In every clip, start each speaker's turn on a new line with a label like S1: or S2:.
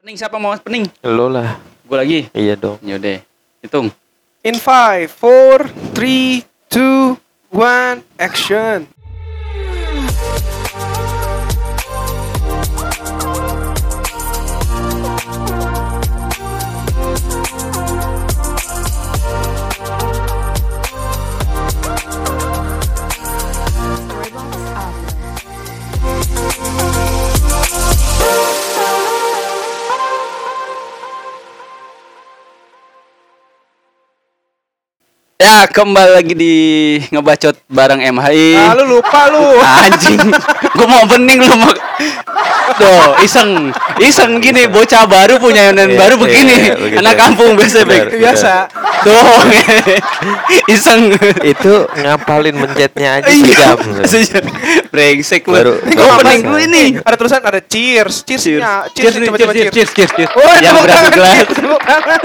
S1: Pening siapa mau pening?
S2: Lo lah.
S1: Gue lagi.
S2: Iya dong.
S1: Yaudah, hitung.
S3: In 5, 4, 3, 2, 1, action.
S1: Ya kembali lagi di ngebacot bareng MHI.
S3: Ah, lu lupa lu.
S1: Anjing, gue mau pening lu mau. Tuh, iseng, iseng gini bocah baru punya yang
S2: Iya,
S1: baru
S2: iya,
S1: begini,
S2: iya, begitu.
S1: anak kampung biasa
S2: Benar.
S1: Bek.
S3: Biasa.
S1: Tuh, iseng.
S2: Itu ngapalin mencetnya aja
S1: Iya,
S2: sejam.
S1: sejam. brengsek lu.
S2: Baru-
S1: Gue
S2: baru
S1: pening
S2: pas.
S1: dulu ini.
S3: Ada tulisan ada cheers, cheers,
S1: Cheers,
S3: nya.
S1: Iya, cheers,
S3: cheers,
S1: nih,
S3: coba
S1: cheers,
S3: coba
S1: cheers,
S3: cheers.
S1: cheers, cheers, cheers.
S3: Oh,
S1: Yang
S3: tepuk
S1: berapa
S3: tangan,
S1: gelas?
S3: tepuk tangan.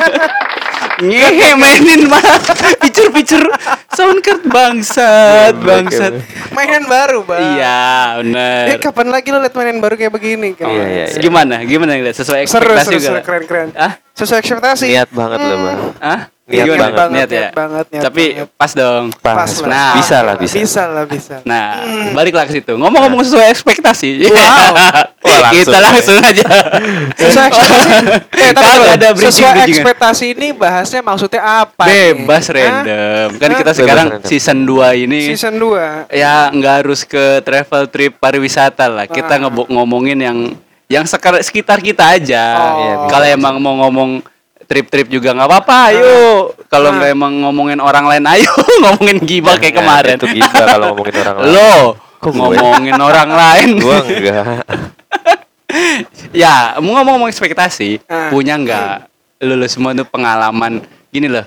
S1: Ngehe mainin malah picur-picur soundcard bangsat, bangsat.
S3: Mainan baru, Bang.
S1: Iya, benar.
S3: Eh, kapan lagi lu liat mainan baru kayak begini? Kan?
S2: Iya, iya, iya.
S1: Gimana? Gimana yang lihat sesuai
S3: Seru,
S1: ekspektasi
S3: seru,
S1: juga?
S3: seru, keren, keren.
S1: Hah?
S3: Sesuai ekspektasi.
S2: Niat banget lo,
S3: Hmm,
S2: Bang.
S1: Hah?
S2: Niat
S1: Gimana?
S2: banget,
S1: niat ya.
S3: niat banget, niat
S1: Tapi
S3: banget.
S1: pas dong.
S3: Pas
S2: Pas,
S3: lah.
S2: pas. Bisa lah, bisa.
S3: Bisa Hmm. Nah. lah, bisa.
S1: Nah, baliklah ke situ. Ngomong-ngomong sesuai ekspektasi.
S2: Wah, langsung.
S1: Kita langsung aja.
S3: Sesuai ekspektasi. Eh, tapi
S1: Kagak
S3: dulu,
S1: ada
S3: sesuai
S1: bridging-bridgingan.
S3: ekspektasi ini bahasnya maksudnya apa? nih?
S1: Bebas
S3: Hah?
S1: random. Kan
S3: Hah?
S1: kita sekarang
S2: random.
S1: season 2 ini
S3: Season 2.
S1: ya nggak harus ke travel trip pariwisata lah. Kita ngebo- ngomongin yang yang sekar- sekitar kita aja.
S3: Oh. Iya,
S2: bisa,
S1: Kalau emang mau ngomong trip-trip juga nggak apa-apa, ayo. Kalau nggak emang ngomongin orang lain, ayo ngomongin gibah kayak
S2: Nah,
S1: kemarin.
S2: Itu gitu kalau ngomongin orang lain.
S1: Lo
S2: Kok gue?
S1: ngomongin orang lain.
S2: Gua enggak.
S1: ya, mau ngomong-ngomong ekspektasi,
S3: Ah.
S1: punya nggak lulus semua tuh pengalaman gini loh.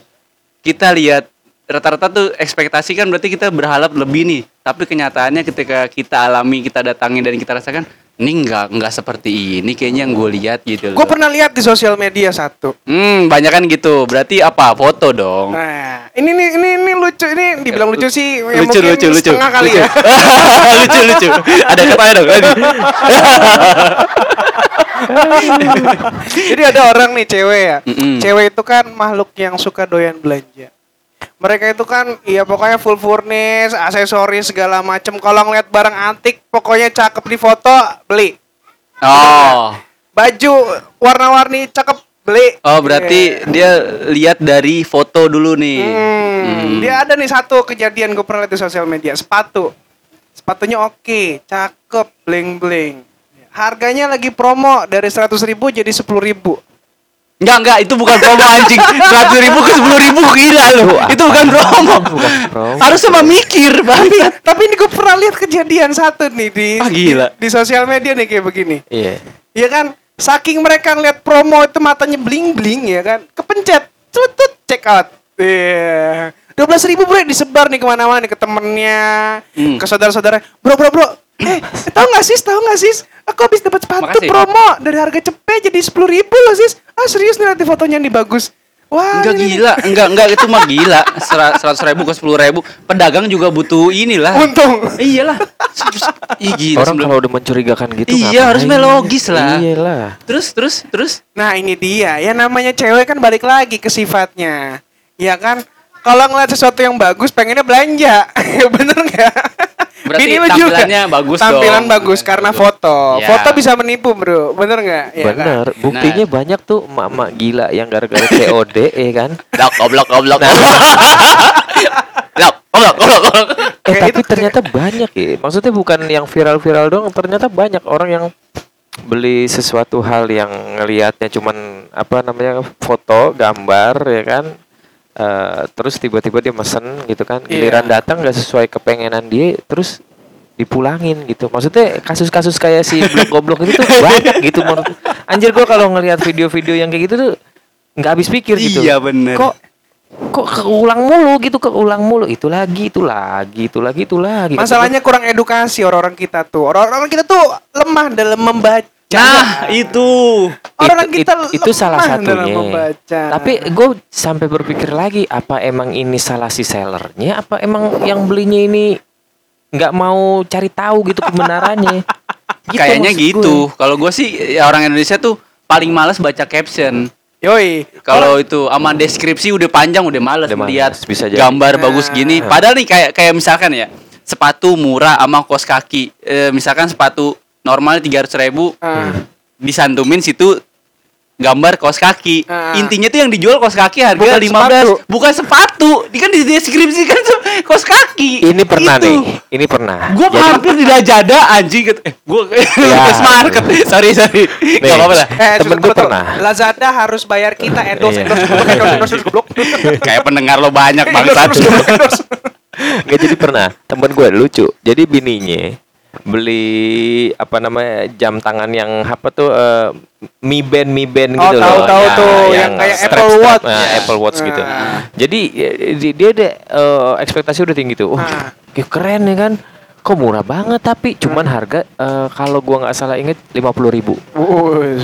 S1: Kita lihat rata-rata tuh ekspektasi kan berarti kita berharap lebih nih. Tapi kenyataannya ketika kita alami, kita datangi dan kita rasakan, ini nggak nggak seperti ini kayaknya yang gue lihat gitu
S2: Iya.
S1: loh.
S3: Gue pernah lihat di sosial media satu.
S1: Hmm, banyak kan gitu. Berarti apa? Foto dong.
S3: Nah, ini nih ini ini lucu ini dibilang lucu sih ya
S1: lucu,
S3: mungkin
S1: lucu, lucu,
S3: setengah kali
S1: lucu.
S3: ya.
S1: lucu, lucu. Ada katanya dong. aduh.
S3: Jadi ada orang nih cewek ya.
S1: Mm-mm.
S3: Cewek itu kan makhluk yang suka doyan belanja. Mereka itu kan ya pokoknya full furnish, aksesoris segala macem. Kalau ngeliat barang antik pokoknya cakep di foto beli.
S1: Oh.
S3: Baju warna-warni cakep beli.
S1: Oh, berarti
S3: Iya.
S1: dia lihat dari foto dulu nih.
S3: Hmm, Dia ada nih satu kejadian gue pernah lihat di sosial media sepatu. Sepatunya oke, cakep, bling bling. Harganya lagi promo dari 100.000 jadi 10.000
S1: Enggak, enggak, itu bukan promo anjing. 100 ribu ke 10 ribu gila lu. Itu bukan promo.
S2: Bukan promo.
S1: Harus sama mikir, bangsat.
S3: Tapi ini gue pernah lihat kejadian satu nih di
S1: Ah, gila.
S3: di sosial media nih kayak begini.
S2: Iya.
S3: Ya kan, saking mereka ngeliat promo itu matanya bling bling ya kan, kepencet, cutut check out. Iya. 12.000 ribu bro disebar nih kemana-mana nih, ke temennya,
S1: Hmm.
S3: ke saudara-saudara. Bro, bro, bro, eh tahu nggak sis, tahu nggak sis? Aku habis dapat sepatu
S1: Makasih.
S3: promo dari harga cepet jadi 10.000 ribu loh sis. Ah serius nih nanti fotonya nih bagus. Wah,
S1: Enggak
S3: ini-
S1: gila, enggak enggak itu mah gila. Sera- 100 ribu ke 10 ribu. Pedagang juga butuh inilah.
S3: Untung.
S1: Iyalah. Ih, gila.
S2: Orang
S1: Iya, sebelum-
S2: kalau udah mencurigakan gitu
S1: Iya,
S2: ngapain?
S1: harusnya logis lah.
S2: Iyalah.
S1: Terus terus terus
S3: Nah ini dia, ya namanya cewek kan balik lagi ke sifatnya. Ya kan, kalau ngeliat sesuatu yang bagus pengennya belanja. Bener nggak?
S1: Berarti
S3: Bini lu
S1: tampilannya bagus
S3: Tampilan
S1: dong.
S3: bagus karena foto.
S1: Ya.
S3: Foto bisa menipu bro, bener nggak? Ya kan?
S2: Bener, buktinya
S1: Nah.
S2: banyak tuh emak-emak gila yang gara-gara COD ya kan.
S1: Blok, goblok, goblok, goblok. Nah. Blok, goblok, goblok, goblok.
S2: Eh
S3: Kayak
S2: tapi
S3: itu-
S2: ternyata banyak ya. Maksudnya bukan yang viral-viral dong, ternyata banyak orang yang beli sesuatu hal yang ngelihatnya cuman apa namanya foto, gambar ya kan. Eh, terus tiba-tiba dia mesen gitu kan. Giliran
S3: Iya.
S2: datang nggak sesuai kepengenan dia, terus dipulangin gitu. Maksudnya kasus-kasus kayak si blok goblok itu tuh banyak gitu menurut. Anjir gua kalau ngelihat video-video yang kayak gitu tuh nggak habis pikir gitu.
S1: Iya, bener.
S2: Kok kok keulang mulu gitu keulang mulu itu lagi itu lagi itu lagi itu lagi
S3: Masalahnya kurang edukasi orang-orang kita tuh. Orang-orang kita tuh lemah dalam membaca.
S1: Nah, itu.
S3: orang
S2: Itu-
S3: kita
S2: itu, itu salah
S3: lemah dalam
S2: satunya
S3: membaca.
S2: tapi gue sampai berpikir lagi apa emang ini salah si sellernya apa emang yang belinya ini nggak mau cari tahu gitu kebenarannya Gitu
S1: Kayaknya
S2: maksud gue.
S1: gitu. Kalau gue sih ya orang Indonesia tuh paling males baca caption.
S3: Yoi.
S1: Kalau itu ama deskripsi udah panjang udah males
S2: Udah males,
S1: melihat
S2: bisa jadi.
S1: gambar
S3: Nah.
S1: bagus gini. Padahal nih kayak kayak misalkan ya sepatu murah ama kos kaki. Eh, misalkan sepatu normal 300.000 ribu
S3: Ah.
S1: disantumin situ gambar kaos kaki.
S3: Ah.
S1: Intinya tuh yang dijual kaos kaki harga
S3: Bukan
S1: 15.
S3: sepatu.
S1: Bukan sepatu. Dia kan dideskripsikan tuh kaos kaki. Gitu.
S2: Ini pernah
S1: Itu.
S2: nih, ini pernah.
S1: Gue
S2: Gitu. Jadi-
S1: hampir tidak jada anjing ket- eh, Gue
S2: Ya.
S1: market Sorry sorry Gak apa-apa lah
S3: Eh,
S2: Temen
S3: sudah
S2: gue
S3: tahu,
S2: pernah.
S3: Lazada harus bayar kita endorse,
S2: Iya.
S3: endorse, endorse, endorse, endorse, endorse, goblok.
S1: Kayak pendengar lo banyak bangsat
S3: Endorse, endorse, endorse.
S2: Nggak jadi pernah temen gue lucu jadi bininya beli apa namanya jam tangan yang apa tuh eh, mi band mi band
S3: Oh,
S2: gitu
S3: tahu,
S2: loh
S3: tahu
S2: Ya,
S3: tuh, yang kayak Apple Watch.
S2: nah,
S3: Ya.
S2: Apple Watch gitu
S3: Ah.
S2: jadi ya, di- dia ada eh, ekspektasi udah tinggi tuh oh,
S3: Ah.
S2: ya keren ya kan kok murah banget tapi cuman harga eh, kalau gua nggak salah inget lima puluh ribu
S3: Wuss.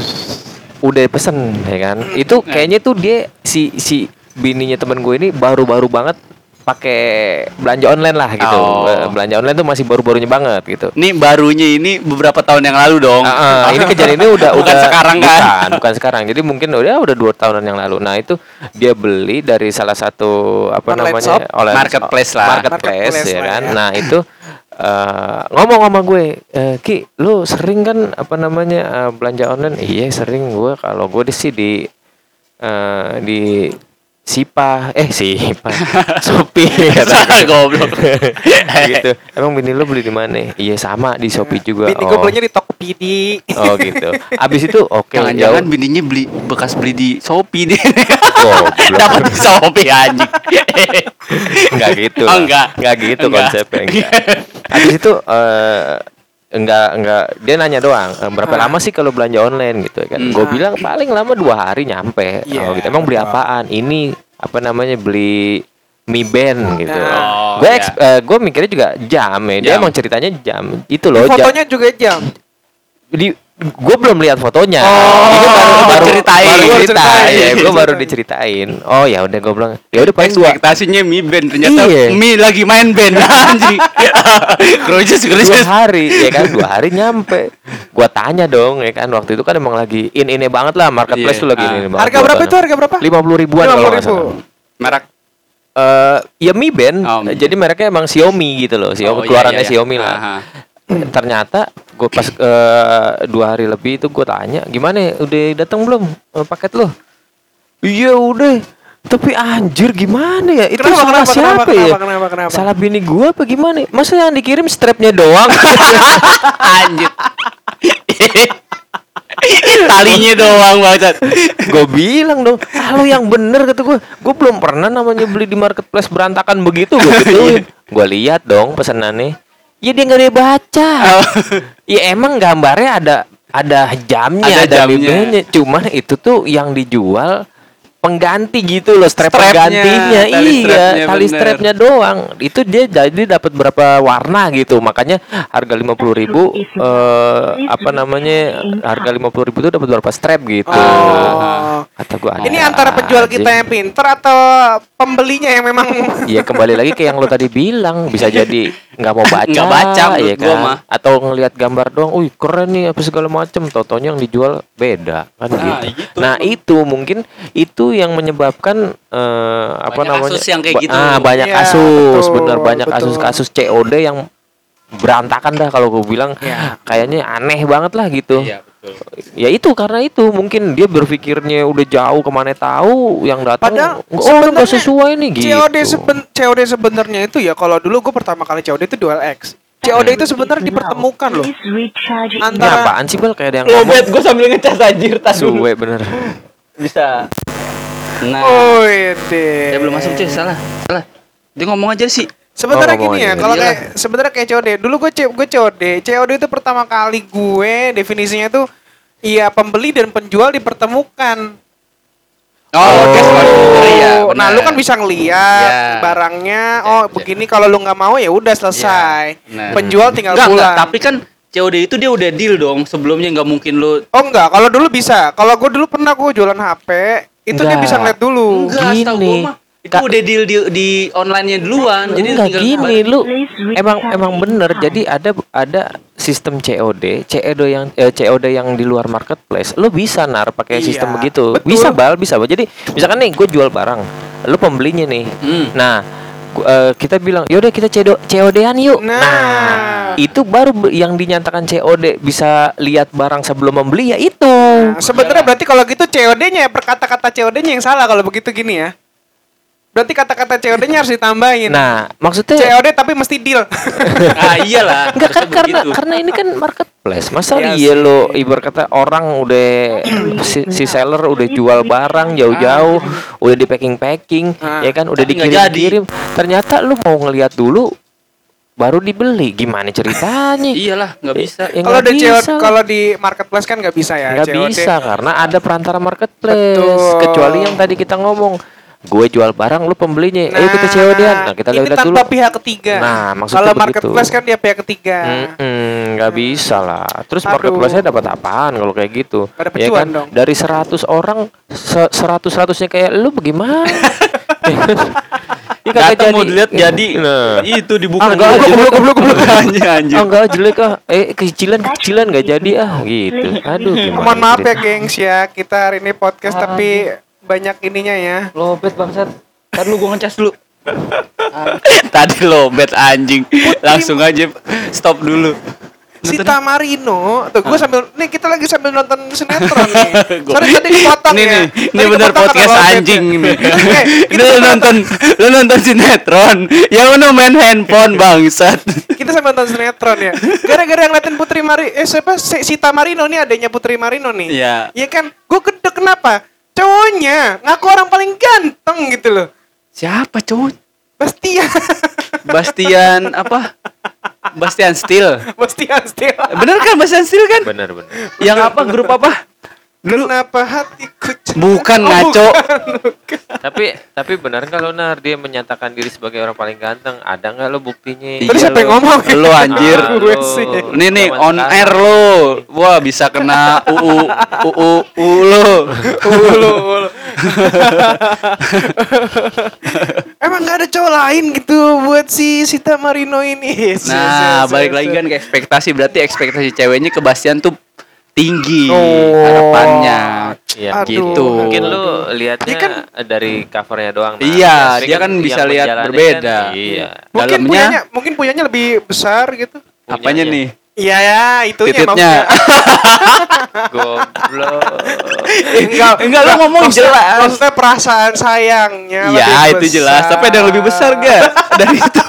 S2: udah pesen ya kan itu kayaknya tuh dia si si bininya temen gue ini baru-baru banget pakai belanja online lah gitu
S1: Oh.
S2: Eh, belanja online tuh masih baru-barunya banget gitu
S1: Ini barunya ini beberapa tahun yang lalu dong
S2: Ah, ah, ini kejadian ini udah
S1: Bukan
S2: udah
S1: sekarang, kan?
S2: bukan, bukan sekarang jadi mungkin udah ya udah dua tahunan yang lalu nah itu dia beli dari salah satu apa
S3: Online
S2: namanya
S3: shop?
S2: online
S1: Marketplace lah.
S2: marketplace,
S3: Marketplace
S2: ya
S3: lah,
S2: kan
S3: ya.
S2: nah itu eh, ngomong sama gue "Eh, ki lu sering kan apa namanya eh, belanja online iya sering gue kalau gue di sih di eh, di Sipa, eh Sipa, Shopee
S1: Salah,
S2: kata gue.
S1: Goblok
S2: gitu. Emang bini lo beli di mana? Iya sama di Shopee juga.
S3: Bini gue
S2: Oh.
S3: belinya di Tokopedia.
S2: Oh gitu. Abis itu oke ya
S1: Jangan-jangan bininya beli bekas beli di Shopee deh.
S2: Goblok.
S1: Dapat di Shopee anjing.
S2: Enggak gitu.
S1: Oh, Iya. enggak.
S2: Enggak gitu
S1: Enggak.
S2: konsepnya. Enggak. Abis itu eh enggak enggak dia nanya doang "Eh, berapa lama sih kalau belanja online gitu ya kan.
S1: Ah. Hmm.
S2: Gue bilang paling lama dua hari nyampe.
S3: Iya,
S2: Oh, gitu. Emang beli
S3: betul.
S2: apaan? Ini apa namanya beli Mi Band gitu.
S1: Nah. Oh,
S2: gue
S1: iya.
S2: eks- eh, gue mikirnya juga jam ya. Dia
S1: Jam.
S2: emang ceritanya jam. Itu
S3: Di
S2: loh jam.
S3: fotonya juga jam.
S2: di gue belum lihat fotonya.
S3: Oh,
S2: Ini baru
S1: ceritain.
S2: Baru
S3: Baru
S2: ceritain.
S3: ceritain.
S2: gue baru diceritain. Oh ya udah gue bilang. Ya udah paling dua
S1: Ekspektasinya Mi Band ternyata
S2: Iya.
S1: Mi lagi main band anjing. Kerucus
S2: dua
S1: kerucus.
S2: hari ya kan dua hari nyampe gua tanya dong ya kan waktu itu kan emang lagi in ini banget lah marketplace
S1: Iya,
S2: tuh lagi
S1: ah.
S2: in ini banget
S3: Harga berapa itu? Harga berapa?
S2: lima puluh ribuan kalau nggak
S3: 50.000.
S2: salah
S1: Merek
S2: Eh, ya Mi Band
S1: Oh, Mi.
S2: jadi mereknya emang Xiaomi gitu loh Xiaomi
S1: Oh, iya,
S2: keluarannya
S1: iya, iya.
S2: Xiaomi lah
S1: Aha.
S2: ternyata gue pas eh, dua hari lebih itu gue tanya gimana ya, udah datang belum eh, paket lo iya udah tapi anjir gimana ya itu
S3: Kenapa,
S2: salah
S3: kenapa,
S2: siapa
S3: kenapa,
S2: ya
S3: kenapa, kenapa, kenapa?
S2: salah bini gue apa gimana masa yang dikirim strapnya doang
S1: Anjir. Talinya doang banget.
S2: gue bilang dong ah, lu yang bener kata gue gue belum pernah namanya beli di marketplace berantakan begitu gue gituin
S1: Iya.
S2: gue lihat dong pesanannya ya dia nggak dia baca
S1: Oh.
S2: ya emang gambarnya ada ada jamnya
S1: Ada
S2: ada,
S1: jamnya.
S2: jamnya cuman itu tuh yang dijual pengganti gitu loh strap
S1: Strapnya,
S2: penggantinya
S1: tali
S2: iya
S1: strapnya,
S2: tali
S1: bener.
S2: strapnya doang itu dia jadi dapat berapa warna gitu makanya harga lima puluh ribu eh, apa namanya harga lima puluh ribu itu dapat berapa strap gitu
S3: Oh.
S2: Kata gua,
S3: Ini
S2: "Ada
S3: antara penjual kita
S2: anjing."
S3: yang pinter atau pembelinya yang memang
S2: Iya kembali lagi ke yang lo tadi bilang bisa jadi nggak mau baca,
S1: Nggak baca, menurut
S2: ya
S1: gua
S2: kan?
S1: mah.
S2: Atau ngelihat gambar doang, wih keren nih apa segala macem. Totonya yang dijual beda kan
S1: Nah,
S2: gitu.
S1: gitu.
S2: Nah itu mungkin itu yang menyebabkan eh, apa
S1: Banyak
S2: namanya?
S1: kasus yang kayak
S2: ba-
S1: gitu.
S2: Ah banyak
S3: Iya,
S2: kasus,
S3: betul,
S2: bener banyak
S3: betul.
S2: kasus-kasus COD yang berantakan dah kalau gue bilang
S3: Iya.
S2: kayaknya aneh banget lah gitu.
S1: Iya, betul.
S2: Ya itu karena itu mungkin dia berpikirnya udah jauh kemana tahu yang datang oh
S3: padahal
S2: ini nggak
S3: sebenarnya
S2: sesuai nih gitu.
S3: COD seben COD sebenarnya itu ya kalau dulu gue pertama kali COD itu dual X. COD itu sebenarnya dipertemukan loh.
S4: Please recharge
S2: Ini
S3: Antara-
S2: apaan sih Bel kayak ada yang
S1: Lo
S2: ngomong
S1: gue sambil ngecas anjir tas dulu.
S2: suwe bener.
S1: Bisa. Nah.
S3: Oh, iya. ide.
S1: Ya belum masuk cuy, salah. Salah. Dia ngomong aja sih.
S3: Sebenarnya
S2: Oh, ngomong
S3: gini ya,
S2: aja.
S3: kalau
S1: Iyalah.
S3: kayak sebenarnya kayak COD. Dulu gue gue COD. COD itu pertama kali gue definisinya tuh iya pembeli dan penjual dipertemukan.
S1: Oh, oke, smart meter, iya, benar.
S3: nah lu kan bisa ngeliat
S1: Ya.
S3: barangnya.
S1: Ya,
S3: oh
S1: ya.
S3: begini kalau lu nggak mau ya udah selesai.
S1: Ya, Iya, benar.
S3: Penjual tinggal
S1: Enggak, enggak,
S3: pulang.
S1: tapi kan COD itu dia udah deal dong. Sebelumnya nggak mungkin lu
S3: Oh enggak, kalau dulu bisa. Kalau gue dulu pernah gue jualan HP, itu dia
S2: Enggak.
S3: bisa ngeliat dulu.
S1: Enggak, setahu
S2: Gini.
S1: gua mah Itu udah deal di, di online-nya duluan. Jadi
S2: Enggak
S1: tinggal-
S2: gini lu
S4: Please reach
S2: emang
S4: out
S2: emang
S4: in
S2: bener
S4: time.
S2: jadi ada ada sistem COD COD yang eh, COD yang di luar marketplace lu bisa nar pakai
S3: Iya,
S2: sistem begitu
S3: betul.
S2: bisa bal bisa Bal. jadi misalkan nih gue jual barang lu pembelinya nih
S1: Hmm.
S2: nah gu- eh, kita bilang yaudah kita E COD COD-an yuk
S3: Nah.
S2: itu baru be- yang dinyatakan COD bisa lihat barang sebelum membeli ya itu
S3: Nah, sebenarnya berarti kalau gitu COD-nya ya perkata-kata COD-nya yang salah kalau begitu gini ya. Berarti kata-kata COD-nya harus ditambahin.
S2: nah maksudnya
S3: COD tapi mesti deal.
S1: Ah iyalah.
S2: Enggak kan
S1: harusnya
S2: karena
S1: begitu.
S2: karena ini kan marketplace. Masa
S3: Iya
S2: iya lo ibarat kata orang udah si, si seller udah jual barang jauh-jauh, udah di packing-packing,
S3: Ah,
S2: ya kan udah
S1: Ah. tapi nggak
S2: dikirim-kirim. Ternyata lu mau ngelihat dulu baru dibeli. Gimana ceritanya?
S1: Iyalah, Iya, nggak bisa.
S2: Ya,
S3: kalau
S2: nggak
S3: di COD,
S2: bisa.
S3: kalau di marketplace kan nggak bisa ya.
S2: nggak
S3: COD.
S2: bisa karena ada perantara marketplace.
S3: Betul.
S2: Kecuali yang tadi kita ngomong, gue jual barang, lu pembelinya. Eh, Ayo kita COD-an. Nah, kita
S3: ini
S2: lihat
S3: tanpa
S2: dulu.
S3: pihak ketiga.
S2: Nah, maksudnya
S3: kalau
S2: begitu. Hmm.
S3: marketplace kan dia pihak ketiga.
S2: Mm-mm, nggak bisa lah. Terus
S3: Hmm. Aduh.
S2: marketplace-nya dapat apaan kalau kayak gitu?
S3: Pada
S2: ya kan?
S3: pecuan dong.
S2: Dari 100 orang, se- 100 100-nya kayak lu bagaimana? Iya kan? Ini kagak
S1: Datang mau dilihat jadi
S2: Nah.
S1: itu dibuka.
S2: Ah, enggak,
S1: dulu.
S2: goblok, goblok, goblok.
S1: Makanya, anjir.
S2: Ah, enggak jelek ah. Eh kecilan kecilan nggak jadi ah gitu. Aduh gimana?
S3: Mohon maaf ya,
S2: ceritanya?
S3: gengs ya. Kita hari ini podcast tapi banyak ininya ya.
S2: Lobet bangsat.
S1: Ntar lu gue ngecas dulu. Tadi lobet anjing. Langsung aja stop dulu.
S3: Si
S1: Nonton-
S3: Tamarino, tuh
S2: Ah.
S3: gue sambil nih kita lagi sambil nonton sinetron nih. Iya. Sorry tadi kepotong
S1: ini,
S3: ya.
S1: Nih,
S3: Tadi
S1: ini bener
S3: kepotong
S1: podcast
S3: sama Alfred
S1: anjing
S3: ya.
S1: ini.
S3: Oke,
S1: Ini lu nonton lu nonton sinetron, yang mana main handphone bangsat.
S3: kita sambil nonton sinetron ya. Gara-gara yang ngeliatin Putri Mari eh siapa si, si Tamarino nih adanya Putri Marino nih.
S1: Iya.
S3: Iya kan? Gue gede kenapa? Cowoknya ngaku orang paling ganteng gitu loh.
S1: Siapa cowok?
S3: Pasti ya.
S1: Bastian apa? Bastian Steel.
S3: Pasti ya, pasti ya.
S1: Bener kan Bastian Steel kan?
S2: Bener bener.
S1: Yang apa grup apa? Dulu
S3: Kenapa hatiku c-
S1: bukan
S3: Oh,
S1: ngaco.
S2: tapi tapi benar kalau Nar dia menyatakan diri sebagai orang paling ganteng? Ada nggak lo buktinya?
S1: Iya,
S3: Tadi siapa
S1: lu.
S3: yang ngomong? ya?
S1: Lu anjir.
S2: Ah,
S3: Gue
S2: lu.
S3: sih.
S1: Ini nih
S2: Zaman
S1: on
S2: sekarang.
S1: air lo. Wah, bisa kena UU UU UU lo.
S3: Ulu, ulu. Emang gak ada cowok lain gitu buat si Sita Marino ini.
S1: Nah,
S3: iya,
S1: balik lagi kan ke ekspektasi. Berarti ekspektasi ceweknya ke Bastian tuh tinggi
S3: Oh.
S1: harapannya.
S2: Ya
S3: Aduh.
S2: gitu. Mungkin
S1: Gitu.
S2: lu lihatnya
S3: Dia kan-
S2: dari covernya doang. Nah.
S1: Iya,
S2: Tapi
S1: dia kan
S2: yang
S1: bisa lihat
S2: menjalani
S1: berbeda.
S2: kan- iya.
S3: Mungkin
S1: Dalamnya-
S3: punyanya, mungkin punyanya lebih besar gitu.
S1: Apanya
S2: Punyanya.
S1: nih?
S3: Iya ya, itunya
S1: Tititnya.
S2: Goblok.
S1: enggak, enggak lu ngomong
S3: maksudnya-
S1: jelas.
S3: Maksudnya perasaan sayangnya.
S1: Ya,
S3: lebih
S1: itu jelas. Tapi ada yang lebih besar gak? Dari itu.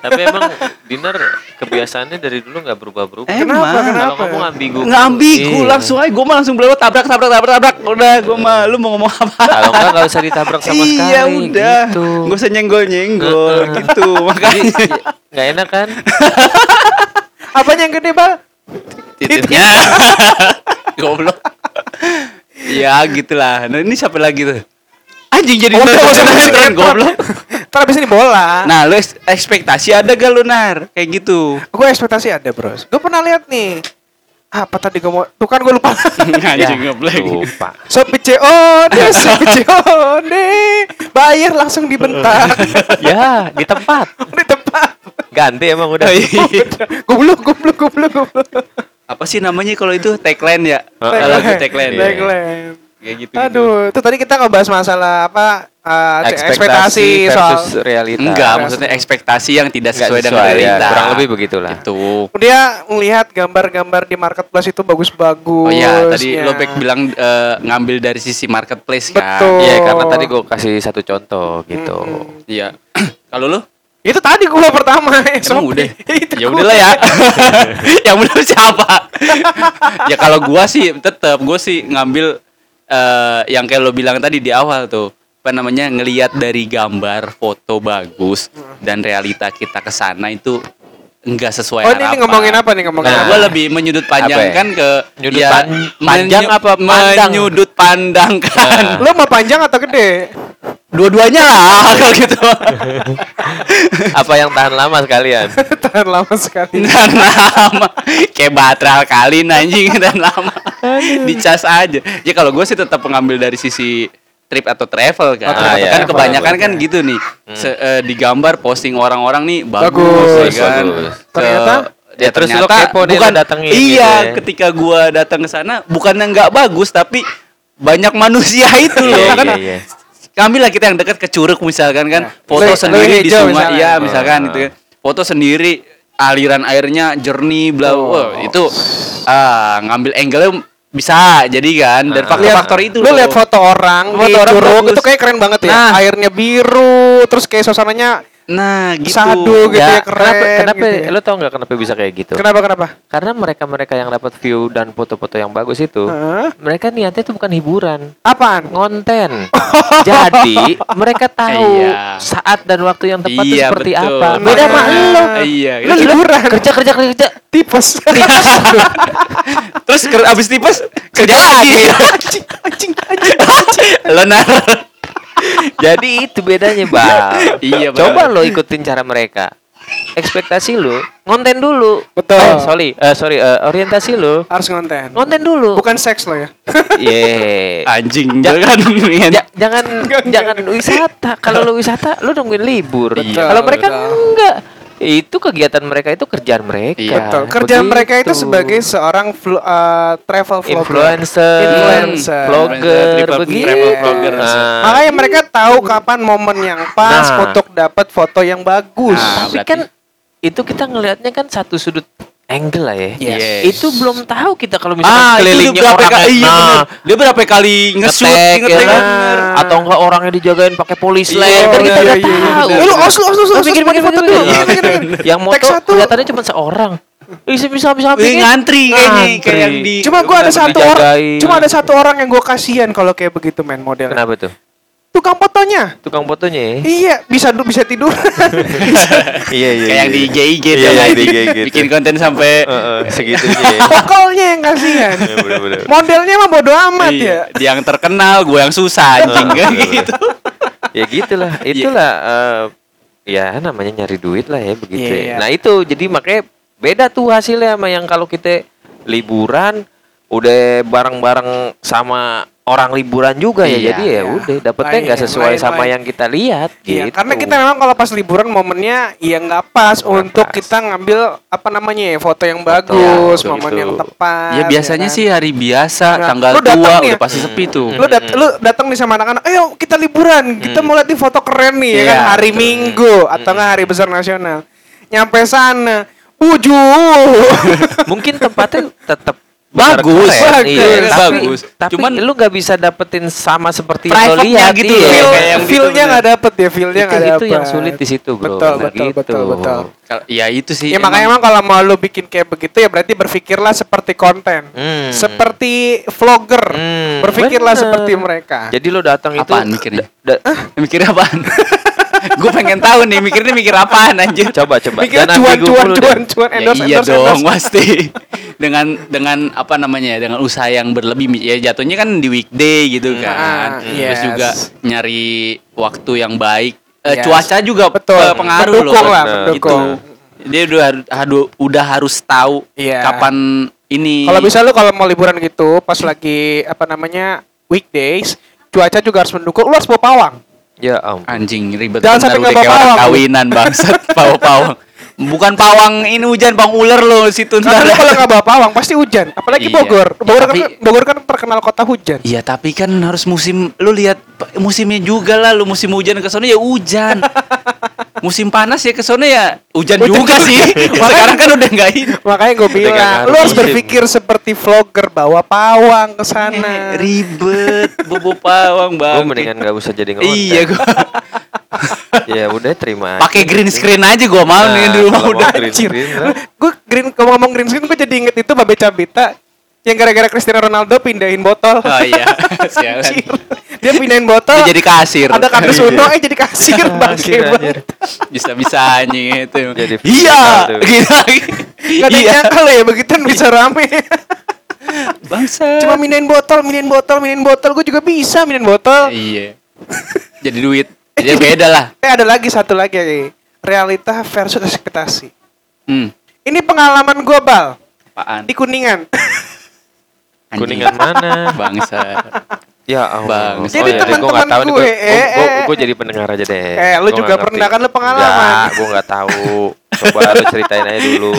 S2: Tapi emang dinner kebiasaannya dari dulu nggak berubah-berubah.
S1: Emang.
S2: Kalau
S3: Kenapa?
S2: ngomong ambigu.
S1: Nggak ambigu,
S2: Iya.
S1: langsung aja gue mah langsung berlalu tabrak tabrak tabrak tabrak. Udah, gue mah lu mau ngomong apa?
S2: Kalau enggak nggak usah ditabrak sama sekali.
S1: iya udah,
S2: Gitu.
S1: gue usah nyenggol nyenggol gitu. Makanya
S2: Nggak enak kan?
S3: Apanya yang gede, Bal?
S1: titiknya goblok ya gitulah nah ini siapa lagi tuh anjing jadi
S3: Oh,
S1: nonton
S3: oh,
S1: sinetron,
S3: sinetron.
S1: goblok
S3: Ntar abis ini bola.
S1: nah lu eks- ekspektasi ada gak lu nar kayak gitu
S3: Gue ekspektasi ada bro Gue pernah lihat nih Apa tadi gue mau Tuh kan gue lupa
S1: anjing goblok
S2: Lupa.
S3: Sopi COD Sopi COD Bayar langsung dibentak
S2: ya, di tempat.
S3: Di tempat
S2: Ganti emang
S1: Oh,
S2: udah.
S1: iya.
S3: Goblok goblok goblok goblok
S1: apa sih namanya kalau itu tagline ya
S2: Tagline.
S1: kalau lagu tagline
S2: Iya.
S3: Tagline
S1: kayak gitu
S3: Aduh Tuh tadi kita ngebahas masalah Apa eh, c- Ekspektasi soal
S2: versus realita.
S1: enggak maksudnya ekspektasi yang tidak
S2: Nggak
S1: sesuai, dengan Gitu.
S2: sesuai, ya.
S1: realita
S2: Kurang lebih begitulah.
S1: itu
S3: Dia melihat gambar-gambar di marketplace itu
S1: oh
S3: bagus-bagus
S1: iya tadi
S3: ya.
S1: Lobek bilang eh, ngambil dari sisi marketplace kan
S3: Betul.
S2: Iya, karena tadi gue kasih satu contoh gitu.
S1: iya kalau lu
S3: Itu tadi gue pertama ya.
S1: Emang
S3: Shopee.
S1: udah.
S3: Itu
S1: Ya
S3: gua.
S1: udahlah ya. Yang belum siapa? ya kalau gua sih tetap gua sih ngambil eh, yang kayak lo bilang tadi di awal tuh apa namanya ngelihat dari gambar foto bagus dan realita kita ke sana itu enggak sesuai
S3: Oh ini,
S1: harapan.
S3: ini ngomongin apa nih ngomongin
S1: Nah,
S3: apa?
S1: gua lebih menyudut panjangkan ke ya,
S2: Nyudut ya? pan- panjang
S1: menyu-
S2: apa pandang? Nah.
S1: Menyudut pandangkan.
S3: Lo mau panjang atau gede?
S1: Dua-duanya lah kalau gitu.
S2: Apa yang tahan lama sekalian?
S3: Tahan lama sekali.
S1: Dan lama Kayak baterai kali anjing dan lama Dicas aja Ya kalau gue sih tetap mengambil dari sisi trip atau travel kan.
S3: Oh, trip
S1: kan
S2: atau travel.
S1: kebanyakan kan gitu nih.
S2: Hmm.
S1: Se- eh, digambar posting orang-orang nih bagus, ya
S3: Bagus,
S1: kan.
S2: bagus.
S1: Ke-
S2: Ternyata?
S1: ya
S2: Ya, terus lu
S1: ternyata
S2: kepo nih, lu
S1: bukan
S2: datengin
S1: Iya,
S2: gitu ya.
S1: ketika gua datang ke sana bukannya nggak bagus tapi banyak manusia itu loh
S2: Iya,
S1: kan.
S2: iya, iya.
S1: Kami lah kita yang dekat ke Curug misalkan kan, foto
S3: Nah. Lebih-
S1: sendiri
S3: lebih
S1: di
S3: hijau
S1: sungai,
S3: misalnya.
S1: iya misalkan
S2: Ah.
S1: gitu kan. Foto sendiri aliran airnya jernih bla
S3: Oh.
S1: wah, itu ah, ngambil angle-nya bisa jadi kan dan faktor-faktor itu
S3: Lu
S1: loh.
S3: Nah. lihat foto orang
S1: Foto
S3: di
S1: orang
S3: Curug,
S1: bagus.
S3: itu kayak keren banget ya.
S1: Nah.
S3: Airnya biru, terus kayak suasananya
S1: Nah, gitu.
S3: Sadu gitu ya, keren
S2: kenapa kenapa
S3: gitu ya.
S2: lu tau nggak kenapa bisa kayak gitu?
S3: kenapa kenapa?
S2: Karena mereka-mereka yang dapat view dan foto-foto yang bagus itu,
S3: Heeh.
S2: mereka niatnya itu bukan hiburan,
S3: Apaan?
S2: ngonten. Jadi mereka tahu
S1: Iya.
S2: saat dan waktu yang tepat itu
S1: Iya,
S2: seperti
S1: betul.
S2: apa. Beda sama
S3: Nah.
S2: lu.
S1: Iya.
S3: Lu liburan.
S2: Kerja kerja kerja.
S3: Tipes.
S1: Terus ker- abis tipes kerja lagi.
S3: anjing, anjing, anjing.
S1: Lo naruh.
S2: Jadi itu bedanya, Bang.
S1: Iya, Bang.
S2: Coba lo ikutin cara mereka. Ekspektasi lu ngonten dulu.
S3: Betul.
S2: Eh, sorry, eh, sorry, eh, orientasi lu
S3: Harus ngonten.
S2: ngonten dulu. Iya.
S3: Bukan seks lo ya. Eh.
S2: Ye.
S1: Anjing jangan men.
S2: Ja- jangan jangan wisata. Kalau lu wisata, lu nungguin libur.
S1: Betul,
S2: Kalau mereka
S3: betul.
S2: enggak. Itu kegiatan mereka itu kerjaan mereka.
S1: Iya.
S3: Betul. Kerjaan
S2: Begitu.
S3: mereka itu sebagai seorang vlo- eh, travel vlogger.
S2: influencer,
S3: Influencer.
S2: blogger,
S1: Travel-
S2: begitu.
S1: travel Ah, blogger.
S2: Nah,
S3: Iya. Makanya mereka tahu kapan momen yang pas
S2: Nah.
S3: untuk dapat foto yang bagus.
S1: Nah.
S2: tapi
S1: berarti-
S2: kan itu kita ngelihatnya kan satu sudut angle lah ya.
S1: Yes.
S2: Itu belum tahu kita kalau misalkan
S1: Ah, itu
S2: kelilingnya
S1: dia berapa
S2: orang
S1: kali iya,
S2: nah,
S1: bener. Dia berapa kali nge-shoot,
S2: ngetek, ya
S1: ngetek,
S2: kan?
S1: bener.
S2: atau enggak orangnya dijagain pakai polis
S3: Oh,
S1: Iya,
S2: lane kan
S1: iya,
S2: kita enggak
S1: iya, iya,
S2: tahu.
S1: bener.
S3: Eh, lu Oslo, Oslo, Oslo,
S2: Mikir,
S3: Oslo,
S2: mikir,
S3: foto
S2: mikir,
S3: dulu.
S2: mikir,
S3: Mikir,
S2: mikir.
S3: mikir.
S2: Iya, Yang
S3: Tag
S2: moto
S3: satu. Iya kan?
S2: kelihatannya cuma seorang. Ih, bisa bisa
S1: Wih, kan ah, ngantri kayaknya kayak yang di
S3: Cuma gua ada
S1: bener-bener
S3: satu orang,
S2: dijagain.
S3: cuma ada satu orang yang gua kasihan kalau kayak begitu main model.
S2: Kenapa tuh?
S3: Tukang fotonya.
S2: Tukang fotonya ya.
S3: Iya, bisa du- bisa tidur.
S2: Iya,
S1: Kayak yang di IG IG
S2: Iya,
S1: tuh,
S2: iya,
S1: kan.
S2: di IG gitu.
S1: Bikin konten sampai
S3: Iya.
S2: segitunya ya.
S3: Pokolnya yang kasihan.
S2: Iya, bener-bener.
S3: Modelnya mah bodo amat
S1: iya,
S3: ya.
S1: dia yang terkenal, gue yang susah anjing kan
S2: Bener-bener.
S1: gitu.
S2: ya gitulah
S3: Iya.
S2: itulah eh, ya namanya nyari duit lah ya begitu ya.
S3: Iya.
S2: nah itu jadi makanya beda tuh hasilnya sama yang kalau kita liburan udah bareng-bareng sama orang liburan juga
S1: Iya.
S2: ya jadi ya udah dapetnya
S3: Lain,
S2: nggak sesuai
S3: lain,
S2: sama
S3: lain.
S2: yang kita lihat
S3: Iya,
S2: gitu
S3: karena kita memang kalau pas liburan momennya ya nggak pas untuk
S2: pas.
S3: kita ngambil apa namanya ya foto yang
S2: Foto,
S3: bagus,
S2: ya,
S3: momen
S2: gitu.
S3: yang tepat.
S1: Ya biasanya
S3: kan?
S1: sih hari biasa,
S3: Nah,
S1: tanggal
S3: lu datang
S1: 2
S3: nih
S1: udah
S3: ya.
S1: pasti sepi tuh.
S3: lu dat lu datang nih sama anak-anak, ayo kita liburan, kita
S2: Hmm.
S3: mau lihat nih foto keren nih ya kan
S1: Iya,
S3: hari Minggu atau nggak hari besar nasional. Nyampe sana, ujung.
S2: mungkin tempatnya tetap
S1: Bagus.
S2: besar keren, iya.
S3: Bagus.
S2: tapi,
S1: Bagus.
S2: tapi
S1: Cuman-
S2: lu nggak bisa dapetin sama seperti yang lo
S1: Private-nya
S2: lihat
S1: gitu loh,
S2: iya.
S3: Feel,
S1: kayak yang gitu
S3: feel-nya
S1: bener.
S3: nggak dapet ya, feel-nya
S2: Itu-
S3: nggak dapet.
S2: itu yang sulit di situ, bro.
S3: Betul,
S2: Nah,
S3: betul,
S2: gitu.
S3: betul, betul.
S1: Kal- Ya itu sih.
S3: Ya makanya emang kalau mau lu bikin kayak begitu ya berarti berpikirlah seperti konten,
S2: Hmm.
S3: seperti vlogger,
S2: Hmm,
S3: berpikirlah
S2: bener.
S3: seperti mereka.
S2: jadi lu datang itu
S1: Apaan mikirnya?
S2: da- da-
S3: Eh,
S1: mikirnya apaan? gue pengen tahu nih mikirnya mikir apaan anjir.
S2: coba coba
S3: Mikirnya
S2: Jangan
S3: cuan,
S2: ambigu
S3: cuan,
S2: dulu deh.
S3: cuan, cuan,
S1: Ya
S3: endorse,
S1: iya
S3: endorse,
S1: dong
S3: endorse.
S1: pasti. dengan dengan apa namanya ya, dengan usaha yang berlebih ya jatuhnya kan di weekday gitu kan.
S3: Ah,
S1: Terus
S3: yes.
S1: juga nyari waktu yang baik. Eh,
S3: Yes.
S1: Cuaca juga
S3: Betul.
S1: eh, pengaruh loh.
S3: Pendukung lah,
S1: Gitu.
S3: pendukung.
S1: Dia udah har- hadu- udah harus tahu
S3: Iya.
S1: kapan ini.
S3: Kalau bisa lu kalau mau liburan gitu, pas lagi apa namanya weekdays, cuaca juga harus mendukung. Lu harus bawa pawang.
S2: Ya ampun.
S1: Anjing ribet bener,
S3: Jangan sampai
S1: udah
S3: nggak
S1: kayak
S3: bawa
S1: orang
S3: pawang.
S1: kawinan bangsat bawa pawang. Bukan pawang ini hujan bang ular loh situ
S3: Karena
S1: ntar.
S3: lu kalau nggak bawa pawang pasti hujan. Apalagi
S1: Iya.
S3: Bogor. Bogor kan,
S1: Tapi-
S3: Bogor kan terkenal kota hujan.
S1: Iya tapi kan harus musim lu lihat p- musimnya juga lah lu musim hujan ke sana ya hujan. musim panas ya ke sana ya hujan
S3: Hujan
S1: juga
S3: juga.
S1: sih. Sekarang kan udah nggak ini.
S3: Makanya gue
S2: nggak
S3: bilang,
S2: ngaruh
S3: lu harus
S2: musim.
S3: berpikir seperti vlogger bawa pawang ke
S1: Iya,
S3: sana.
S1: Ribet bobo pawang
S2: Gue
S1: bang.
S2: mendingan gak usah jadi ngonten.
S1: Iya gua
S2: Ya udah terima. aja.
S1: pakai green screen aja gua mau
S2: Nah,
S1: nih di rumah
S2: kalau mau
S1: udah.
S2: green
S3: Anjir.
S2: screen,
S1: ya.
S2: lah.
S3: Gue green ngomong green screen gue jadi inget itu Babe Cabita yang gara-gara Cristiano Ronaldo pindahin botol.
S1: Oh iya. Sialan.
S3: Anjir. Dia pindahin botol.
S1: Dia jadi kasir.
S3: Ada kardus
S1: Iya.
S3: Uno eh jadi kasir gitu. bangke
S2: Kasir,
S3: banget.
S2: anjir.
S1: bisa-bisa anjing itu.
S2: Jadi
S1: iya,
S2: viral tuh.
S1: gitu.
S3: Gak ada yang
S1: iya.
S3: nyangka lo ya begituan bisa rame.
S1: Bangsa.
S3: Cuma minain botol, minain botol, minain botol. Gue juga bisa minain botol.
S1: Iya. Jadi duit. Jadi beda lah.
S3: Eh ada lagi satu lagi ya, Ki. realita versus ekspektasi.
S1: Hmm.
S3: Ini pengalaman gue bal
S1: Apaan?
S3: di kuningan.
S1: Anjing.
S2: Kuningan mana?
S1: Bangsa.
S2: Ya ampun.
S1: Bang.
S2: ya,
S3: Jadi
S2: gue
S3: teman-teman
S2: nggak tahu nih,
S3: gue,
S2: gue, gue, gue,
S3: eh, eh.
S2: gue jadi pendengar aja deh.
S3: Eh, lu
S2: Gue
S3: juga
S2: nggak ngerti.
S3: pernah kan lu pengalaman.
S2: Nggak, gue nggak tahu. Coba lu ceritain aja dulu.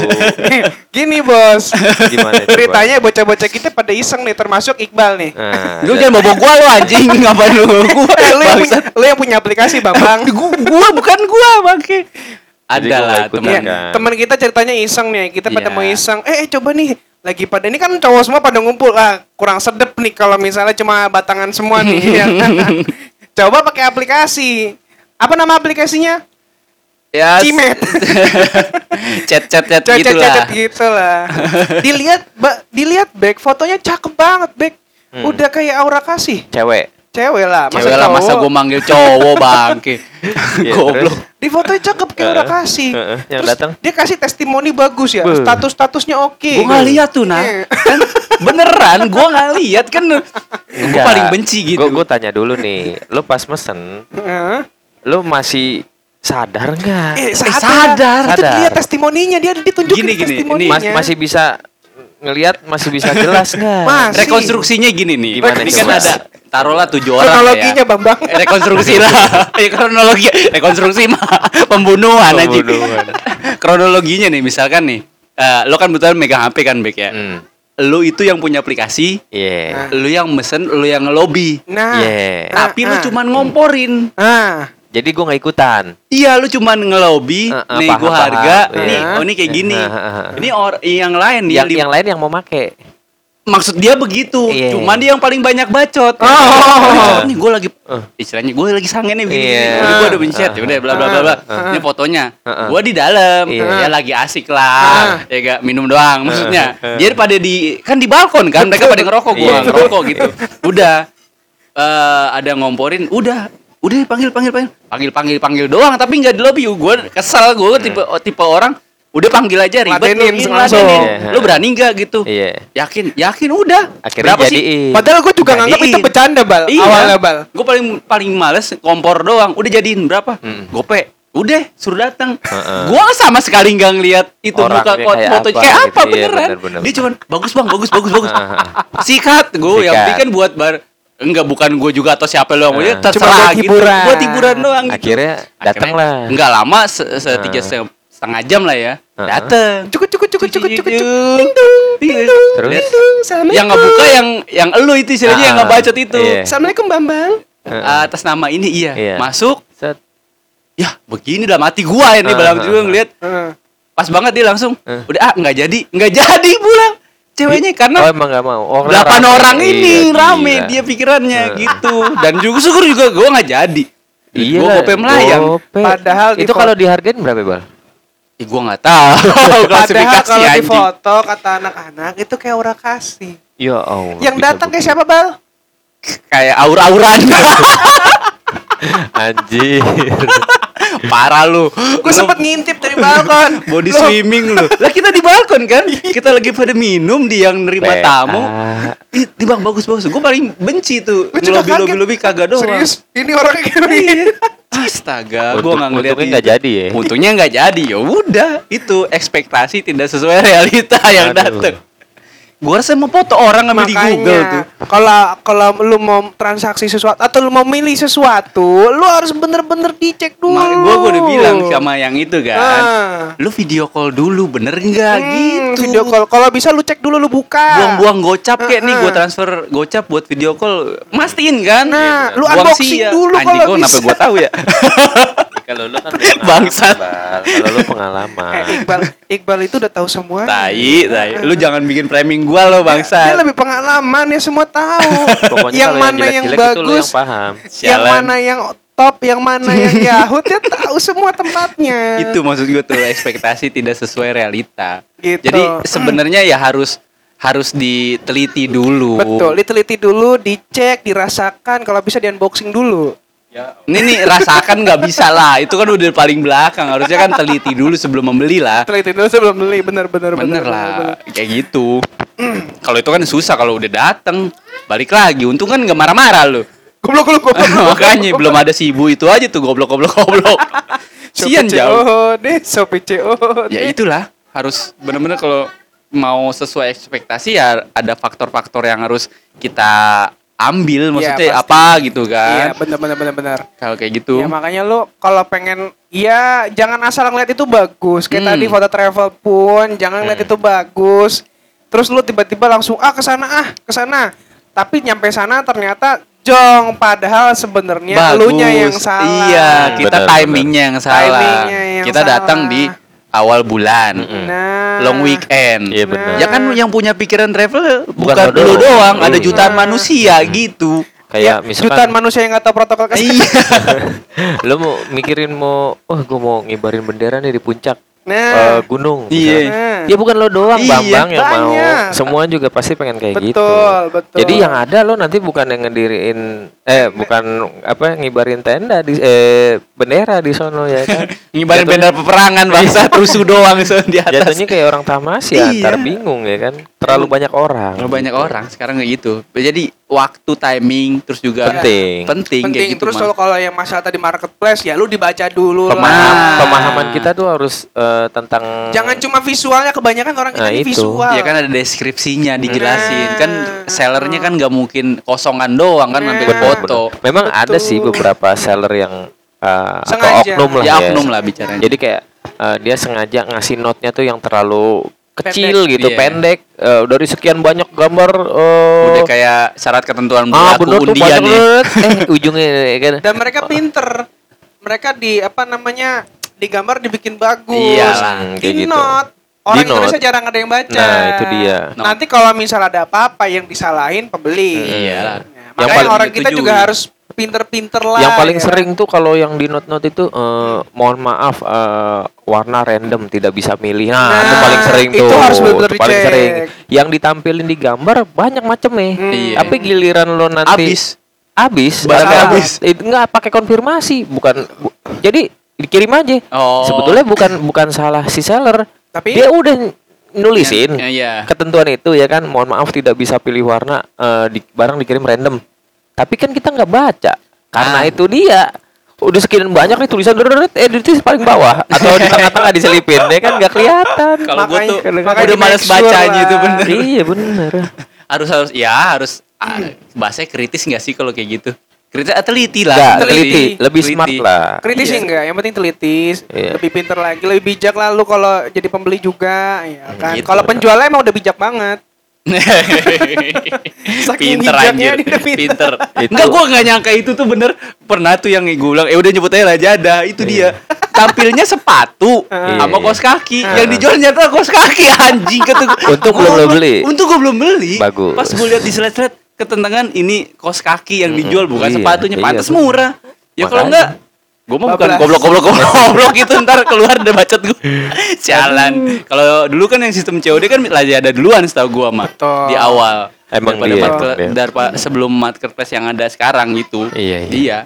S3: Gini bos,
S2: Gimana coba?
S3: ceritanya bocah-bocah kita pada iseng nih, termasuk Iqbal nih.
S1: Eh,
S2: Nah,
S1: Lu jangan bawa gua lu anjing, ngapain lu bawa gua?
S3: Eh, lu, yang punya,
S1: Bangsat.
S3: lu yang punya aplikasi bang bang.
S1: Gua, gua bukan gua, bangke.
S2: Jadi gua
S1: Adalah
S2: ikut
S1: teman.
S2: kan.
S3: Iya, teman kita ceritanya iseng nih, kita pada
S1: Iya.
S3: mau iseng. Eh, eh, coba nih, lagi pada ini kan cowok semua pada ngumpul. Ah, kurang sedep nih kalau misalnya cuma batangan semua nih. ya kan? Coba pakai aplikasi. Apa nama aplikasinya?
S1: Ya. s-
S3: Cimet.
S1: Chat-chat chat
S3: Cacat
S1: gitu
S3: cacat
S1: lah.
S3: gitu lah. dilihat, ba, dilihat back fotonya cakep banget, back.
S2: Hmm.
S3: Udah kayak aura kasih.
S2: cewek.
S3: Cewek lah, masa
S1: Cewek lah masa
S3: cowok?
S1: gua manggil cowok, bangke.
S2: Iya,
S1: Goblok.
S2: terus?
S3: Di fotonya cakep kayak
S2: Heeh,
S3: aura kasih.
S2: heeh, yang
S3: Terus
S2: datang.
S3: Dia kasih testimoni bagus ya.
S2: Beuh.
S3: Status-statusnya oke.
S1: Gua nggak lihat tuh, nah.
S3: Iya.
S1: Kan beneran gua nggak lihat kan. Gua paling benci gitu.
S2: Gue, tanya dulu nih, lu pas mesen,
S3: Heeh.
S2: lu masih sadar nggak?
S3: Eh,
S1: sadar.
S3: Itu
S2: Sadar.
S3: dia testimoninya, dia ditunjukin
S1: Gini, gini,
S3: testimoninya.
S1: ini-
S2: Mas- masih bisa ngelihat, masih bisa jelas nggak?
S3: Mas. sih.
S1: Rekonstruksinya gini nih.
S2: Gimana
S1: ini
S2: coba?
S1: kan ada taruhlah tujuh orang
S3: Kronologinya,
S1: ya.
S3: Bang Bang.
S1: Eh, rekonstruksi lah. Ya kronologi, rekonstruksi mah pembunuhan aja.
S2: Pembunuhan.
S1: Kronologinya nih misalkan nih. eh, lo kan betul megang HP kan Bek ya.
S2: Hmm. iya.
S1: Lo itu yang punya aplikasi,
S2: Yeah.
S1: lo yang mesen, lo yang ngelobi.
S3: Iya. Nah.
S2: Yeah.
S3: nah,
S1: Tapi lo
S3: nah.
S1: cuman ngomporin.
S3: Ah.
S2: Jadi gue nggak ikutan.
S1: Iya, lu cuman ngelobi,
S2: Eh, eh,
S1: nego
S2: paham,
S1: harga,
S2: paham.
S1: nih,
S3: Iya.
S1: oh ini kayak gini.
S2: Eh, eh, eh, eh.
S1: Ini or yang lain dia
S2: yang,
S1: lim-
S2: yang lain yang mau make.
S1: maksud dia begitu
S2: Iya.
S1: cuman dia yang paling banyak bacot
S3: Oh.
S1: Bacot nih gue lagi
S2: Eh.
S1: istilahnya gue lagi sange nih begini
S2: Iya. Uh.
S1: Jadi gue udah mencet ya udah bla bla bla bla ini fotonya
S2: Heeh.
S1: gue di dalam
S2: Uh, Iya. Uh.
S1: ya lagi asik lah ya gak minum doang maksudnya dia pada di kan di balkon kan mereka pada ngerokok gue
S2: Iya.
S1: ngerokok gitu udah eh ada ngomporin udah udah panggil panggil panggil panggil panggil panggil doang tapi nggak di lobby gue kesel gue tipe tipe orang udah panggil aja ribet
S3: Ladenin
S1: lu,
S3: langsung.
S1: ladenin. lu berani nggak gitu
S2: Iya.
S1: Yakin, yakin udah.
S2: Akhirnya
S1: Berapa sih?
S2: jadiin.
S3: Padahal gue juga nganggap itu
S1: Iya. Jadiin.
S3: bercanda, Bal.
S1: Iya.
S3: Awalnya, Bal.
S1: Gue paling paling males kompor doang. Udah jadiin berapa?
S2: Mm.
S1: Gope. Udah, suruh datang.
S2: Heeh.
S1: Gua sama sekali nggak ngeliat itu
S2: Orangnya
S1: muka kot
S2: kayak
S1: foto
S2: apa
S1: kayak apa
S2: gitu, iya,
S1: beneran.
S2: bener-bener.
S1: Dia cuman bagus bang, bagus bagus bagus.
S2: Heeh.
S1: Sikat gue yang
S2: Sikat.
S1: penting kan buat bar enggak bukan gue juga atau siapa lu yang mau
S2: Heeh.
S1: jadi, terserah
S3: buat
S1: gitu.
S3: hiburan.
S1: Buat hiburan doang gitu.
S2: Akhirnya datang
S1: Akhirnya
S2: lah.
S1: Nggak lama se- se- tiga
S2: Heeh.
S1: setengah- setengah jam lah ya.
S2: Heeh.
S1: Dateng.
S3: Cukup, cukup, cukup, cukup, cukup, cukup.
S1: Ting dung, ting dung.
S2: Terus?
S1: Lihat.
S3: Assalamualaikum.
S1: Iya. yang ngebuka ya? yang yang elu itu istilahnya
S2: Ah,
S1: yang ngebacot itu
S2: iya.
S3: Assalamualaikum, Bambang.
S2: Heeh.
S1: atas nama ini iya
S2: Iya.
S1: masuk
S2: Set.
S1: ya begini dalam hati gua ini
S2: Ah,
S1: dalam
S2: ah,
S1: hati gua
S2: ah.
S1: ngeliat
S3: Heeh.
S1: pas banget dia langsung
S2: Ah.
S1: udah ah nggak jadi nggak jadi pulang ceweknya karena
S2: oh emang nggak mau. Oh,
S1: delapan
S2: rame.
S1: orang ini
S2: Iya,
S1: rame
S2: gila.
S1: dia pikirannya
S2: Ah.
S1: gitu dan juga syukur juga gua nggak jadi
S2: Iya.
S1: gua gope melayang
S3: Padahal di
S2: itu
S3: foto-
S2: kalau dihargain berapa bal?
S1: Ih, gua nggak tahu
S3: Padahal
S1: klasifikasi
S3: kalau di
S1: anjing
S3: foto kata anak-anak itu kayak aura kasih.
S2: Ya
S1: Oh,
S2: Allah.
S3: Yang
S1: gitu.
S2: bisa
S3: datang kayak
S2: begitu.
S3: siapa, Bal?
S1: kayak aur-auran
S2: Anjir.
S1: parah lu
S3: Gue sempet ngintip dari balkon.
S1: Body
S3: Loh,
S1: swimming lu. Lah kita di balkon kan? Kita lagi pada minum di yang nerima
S2: PA.
S1: tamu. Ih, di bang bagus bagus. Gue paling benci tuh.
S3: gua juga
S1: Lobby lobby
S3: kaget.
S1: lobby kagak doang.
S3: Serius, ini orangnya kayak gini.
S1: Iya. Astaga, gue
S2: Untung-
S1: nggak ngeliat
S2: untungnya
S1: itu.
S2: nggak jadi ya?
S1: Untungnya nggak jadi. Ya udah, itu ekspektasi tidak sesuai realita yang
S2: Aduh.
S1: datang. Gue rasa mau foto orang ngambil di Google tuh.
S3: Makanya, kalau kalau lu mau transaksi sesuatu atau lu mau milih sesuatu, lu harus bener-bener dicek dulu.
S1: Gue gue udah bilang sama yang itu kan.
S3: Ah.
S1: Lu video call dulu bener nggak
S3: Hmm,
S1: gitu.
S3: Video call, kalau bisa lu cek dulu lu buka.
S1: buang-buang gocap kayak nih
S3: Heeh.
S1: gue transfer gocap buat video call mastiin kan
S3: Nah,
S1: Iya, benar.
S3: lu
S1: Buang
S3: unboxing
S1: sia.
S3: dulu
S1: anjing
S3: kalau
S1: gua kenapa
S3: bisa.
S1: gue tahu ya
S2: Kalau lu kan
S1: Bangsat.
S2: Bal. Kalau lu pengalaman.
S3: Eh, Iqbal, Iqbal itu udah tahu semua.
S1: tai tai lu jangan bikin framing gue lo
S3: Iya, Dia
S1: bangsa
S3: lebih pengalaman ya semua tahu.
S2: Pokoknya
S3: yang
S2: kalau
S3: mana yang,
S2: jelek-jelek itu lu
S3: bagus,
S2: yang paham.
S3: yang
S1: Sialan.
S3: mana yang top, yang mana yang Yahut, dia tahu semua tempatnya.
S1: itu maksud gue tuh ekspektasi tidak sesuai realita
S3: Gitu.
S1: jadi sebenarnya ya harus harus diteliti dulu
S3: Betul, diteliti dulu, dicek, dirasakan, kalau bisa di unboxing dulu.
S1: ini nih rasakan nggak bisa lah itu kan udah paling belakang harusnya kan teliti dulu sebelum membeli lah
S3: Teliti dulu sebelum beli, bener bener
S1: bener,
S3: bener,
S1: lah
S3: bener, bener.
S1: kayak gitu kalau itu kan susah kalau udah dateng balik lagi untung kan nggak marah-marah lu
S3: Goblok goblok goblok.
S1: makanya belum ada si ibu itu aja tuh goblok goblok goblok sian jauh
S3: deh, sopi CO.
S1: ya itulah harus bener-bener kalau mau sesuai ekspektasi ya ada faktor-faktor yang harus kita ambil maksudnya
S3: Iya, pasti.
S1: apa gitu
S3: Iya,
S1: kan
S3: benar benar benar benar.
S1: kalau kayak gitu
S3: Ya makanya lu kalau pengen ya jangan asal ngeliat itu bagus. Kayak
S1: Hmm.
S3: tadi foto travel pun jangan ngeliat itu bagus. Terus lu tiba-tiba langsung ah ke sana ah ke sana. Tapi nyampe sana ternyata jong padahal sebenarnya elunya yang salah.
S1: Iya, kita
S2: Benar,
S1: timingnya yang salah.
S3: Timingnya yang
S1: kita datang
S3: salah.
S1: di awal bulan,
S2: Hmm.
S3: Nah.
S1: long weekend.
S2: Iya, benar.
S1: Ya kan yang punya pikiran travel bukan,
S2: Bukan
S1: lu
S2: lo doang.
S1: doang, ada
S2: Hmm.
S1: jutaan manusia gitu.
S2: kayak
S3: Ya,
S2: misalkan
S3: jutaan manusia yang nggak tahu protokol kesehatan.
S1: iya.
S2: lo mau mikirin mau wah gue mau ngibarin bendera nih di puncak eh,
S3: Nah,
S2: gunung
S1: Iya.
S3: nah.
S2: misalkan. ya bukan lo doang
S1: Iya,
S2: bambang yang
S3: banyak.
S2: mau semua juga pasti pengen kayak
S3: Betul,
S2: gitu
S3: betul.
S2: jadi yang ada lo nanti bukan yang ngediriin eh bukan apa ngibarin tenda di eh bendera di sono ya kan
S1: Ngibarin
S2: Jatuhnya- Iya.
S1: bendera peperangan bangsa rusuh doang so, di atas.
S2: jatuhnya kayak orang tamas ya
S1: Iya.
S2: antara bingung ya kan terlalu banyak orang
S1: Kalau banyak orang sekarang kayak gitu. Jadi waktu timing terus juga
S2: Penting.
S1: Penting, kayak
S3: penting
S1: gitu.
S3: terus
S1: Mang.
S3: lo kalau yang masalah tadi marketplace ya lu dibaca dulu
S2: Pemaham-
S1: Nah.
S2: pemahaman kita tuh harus eh, tentang
S3: Jangan cuma visualnya kebanyakan orang kita
S2: Nah,
S3: ini
S2: itu.
S3: visual.
S1: Ya kan ada deskripsinya dijelasin
S3: Nah.
S1: kan sellernya kan nggak mungkin kosongan doang kan sampai
S3: Bener,
S1: foto.
S2: Bener. Iya, Memang ada
S3: Betul.
S2: sih beberapa seller yang uh, atau
S3: Sengaja.
S2: oknum lah
S1: Ya
S2: ya.
S1: oknum lah bicaranya.
S2: Jadi kayak uh, dia sengaja ngasih note-nya tuh yang terlalu kecil
S1: Pendek.
S2: gitu,
S1: Iya.
S2: pendek. Uh, dari sekian banyak gambar uh,
S1: udah kayak syarat ketentuan
S2: ah
S1: berlaku
S2: bener tuh
S1: undian
S2: banyak
S1: nih.
S2: banget. Eh ujungnya ya kan.
S3: Dan mereka pinter. Mereka di apa namanya digambar dibikin bagus.
S1: Iyalah,
S2: kayak
S3: di
S2: gitu.
S3: note. Orang
S2: Di note.
S3: Indonesia jarang ada yang baca.
S2: Nah, itu dia.
S3: Nanti kalau misal ada apa-apa yang disalahin pembeli.
S2: Hmm, iya.
S1: Iyalah.
S3: Nah,
S1: Yang
S3: makanya
S1: paling
S3: orang kita
S1: disetujui.
S3: juga harus pinter-pinter lah.
S2: Yang paling
S3: ya.
S2: sering tuh kalau yang di note-note itu uh, mohon maaf uh, warna random tidak bisa milih. Nah, itu
S3: Nah,
S2: paling sering
S3: itu
S2: tuh.
S3: harus bener-bener
S2: Itu paling
S3: dicek.
S2: sering. Yang ditampilin di gambar banyak macem nih.
S3: Hmm.
S1: Iya.
S2: Tapi giliran lo nanti
S1: Abis.
S2: Abis,
S1: Barang
S2: barangnya
S3: abis.
S2: Itu nggak pakai konfirmasi, bukan. bu- jadi dikirim aja.
S1: Oh.
S2: Sebetulnya bukan bukan salah si seller.
S3: Tapi-
S2: dia udah nulisin
S1: Ya, ya.
S2: ketentuan itu ya kan. Mohon maaf tidak bisa pilih warna eh, di, barang dikirim random. Tapi kan kita nggak baca karena
S1: Ah.
S2: itu dia udah sekian banyak nih tulisan deret eh di paling bawah atau di tengah-tengah diselipin ya kan nggak kelihatan.
S1: Kalau gue tuh
S3: Makanya- makanya
S1: udah
S3: di
S1: males
S3: make sure
S1: bacanya
S3: lah.
S1: itu bener.
S2: iya bener.
S1: Harus harus ya harus ah, bahasanya kritis nggak sih kalau kayak gitu? Kritis ah, teliti lah.
S2: Nggak,
S3: teliti.
S2: teliti, lebih smart lah.
S3: kritis
S1: Iya.
S3: sih enggak, yang penting teliti,
S2: Iya.
S3: lebih pinter lagi, lebih bijak lah lu kalau jadi pembeli juga, ya
S1: Hmm,
S3: kan.
S2: gitu.
S3: Kalau penjualnya emang udah bijak banget. Saking
S1: pinter
S3: bijaknya
S1: anjir,
S3: dia udah pinter.
S1: pinter.
S2: Itu.
S1: Enggak, gue nggak nyangka itu tuh bener pernah tuh yang gue ulang. Eh udah nyebut aja Rajada, itu dia. Tampilnya sepatu sama
S2: Iya.
S1: kaos kaki.
S2: Ah.
S1: Yang dijual nyata kaos kaki anjing kata gua.
S2: Untung
S1: Gua
S2: belum lo
S1: belum-
S2: beli.
S1: Untung gue belum beli.
S2: Bagus.
S1: Pas gue lihat di selet-selet ketentangan ini kaos kaki yang dijual bukan
S2: Iya,
S1: sepatunya.
S2: iya,
S1: Pantas
S2: bener.
S1: murah. Ya kalau
S2: Makanya.
S1: enggak Gue mah bukan
S3: Bablas.
S1: goblok-goblok goblok gitu ntar keluar udah bacot gue. Jalan. Kalau dulu kan yang sistem COD kan Lazada duluan setahu gua mah
S3: Betul.
S1: di awal
S2: Emang iya.
S1: daripada
S2: dia,
S1: market-
S2: emang dia.
S1: darpa- sebelum marketplace yang ada sekarang gitu
S2: Iya, iya.
S1: dia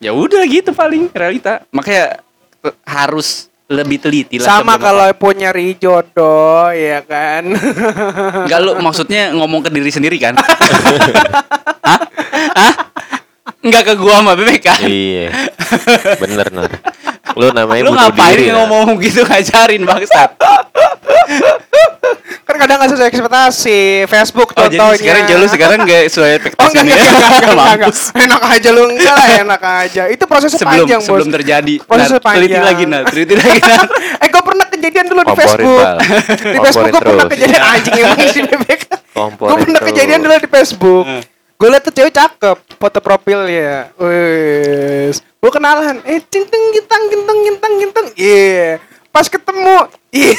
S1: ya udah gitu paling realita makanya te- harus lebih teliti lah
S3: Sama
S1: sebelum
S3: kalau
S1: apa.
S3: punya nyari jodoh ya kan.
S1: enggak lu maksudnya ngomong ke diri sendiri kan Hah? Hah? Enggak ke gua sama Bebek kan
S2: iya. Bener nar. Lu namanya
S1: Lu
S2: bunuh
S1: ngapain
S2: diri, Nar.
S1: ngomong gitu ngajarin bangsat
S3: kan kadang nggak sesuai ekspektasi. Facebook
S1: Oh
S3: contohnya.
S1: jadi sekarang jalu sekarang gak sesuai
S3: Oh
S1: ekspektasi
S3: enggak
S1: nih ya?
S3: enggak enggak, enggak, enggak, enggak,
S1: Mampus.
S3: enggak. Enak aja lu enggak lah enak aja. Itu proses
S1: Sebelum
S3: panjang
S1: sebelum
S3: bos.
S1: terjadi
S3: Proses
S1: Nah, teliti
S3: panjang.
S1: lagi nah teliti lagi nah
S3: eh gue pernah kejadian dulu di
S2: Komporin,
S3: Facebook.
S2: Bal.
S3: Di
S2: Komporin
S3: Facebook gue pernah
S2: terus.
S3: kejadian anjing emang si bebek.
S2: Komporin
S3: Gue pernah
S2: terus.
S3: kejadian dulu di Facebook.
S1: Hmm.
S3: Gue liat tuh cewek cakep, foto profilnya. Wes. Gue kenalan, eh cinteng gintang gintang gintang gintang. Iya. Pas ketemu, iya.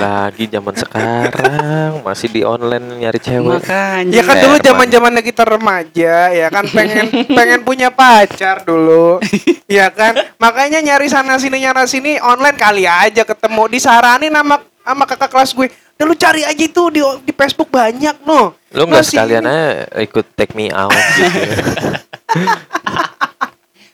S2: lagi zaman sekarang masih di online nyari cewek
S1: Makanya
S3: Ya kan
S2: Fair,
S3: dulu
S2: Bang.
S3: zaman-zamannya kita remaja ya kan pengen pengen punya pacar dulu. Ya kan? Makanya nyari sana sini nyari sini online kali aja ketemu disaranin sama sama kakak kelas gue. Udah lu cari aja itu di di Facebook banyak no.
S2: lu nggak
S3: Masih
S2: sekalian
S3: ini.
S2: aja ikut take me out gitu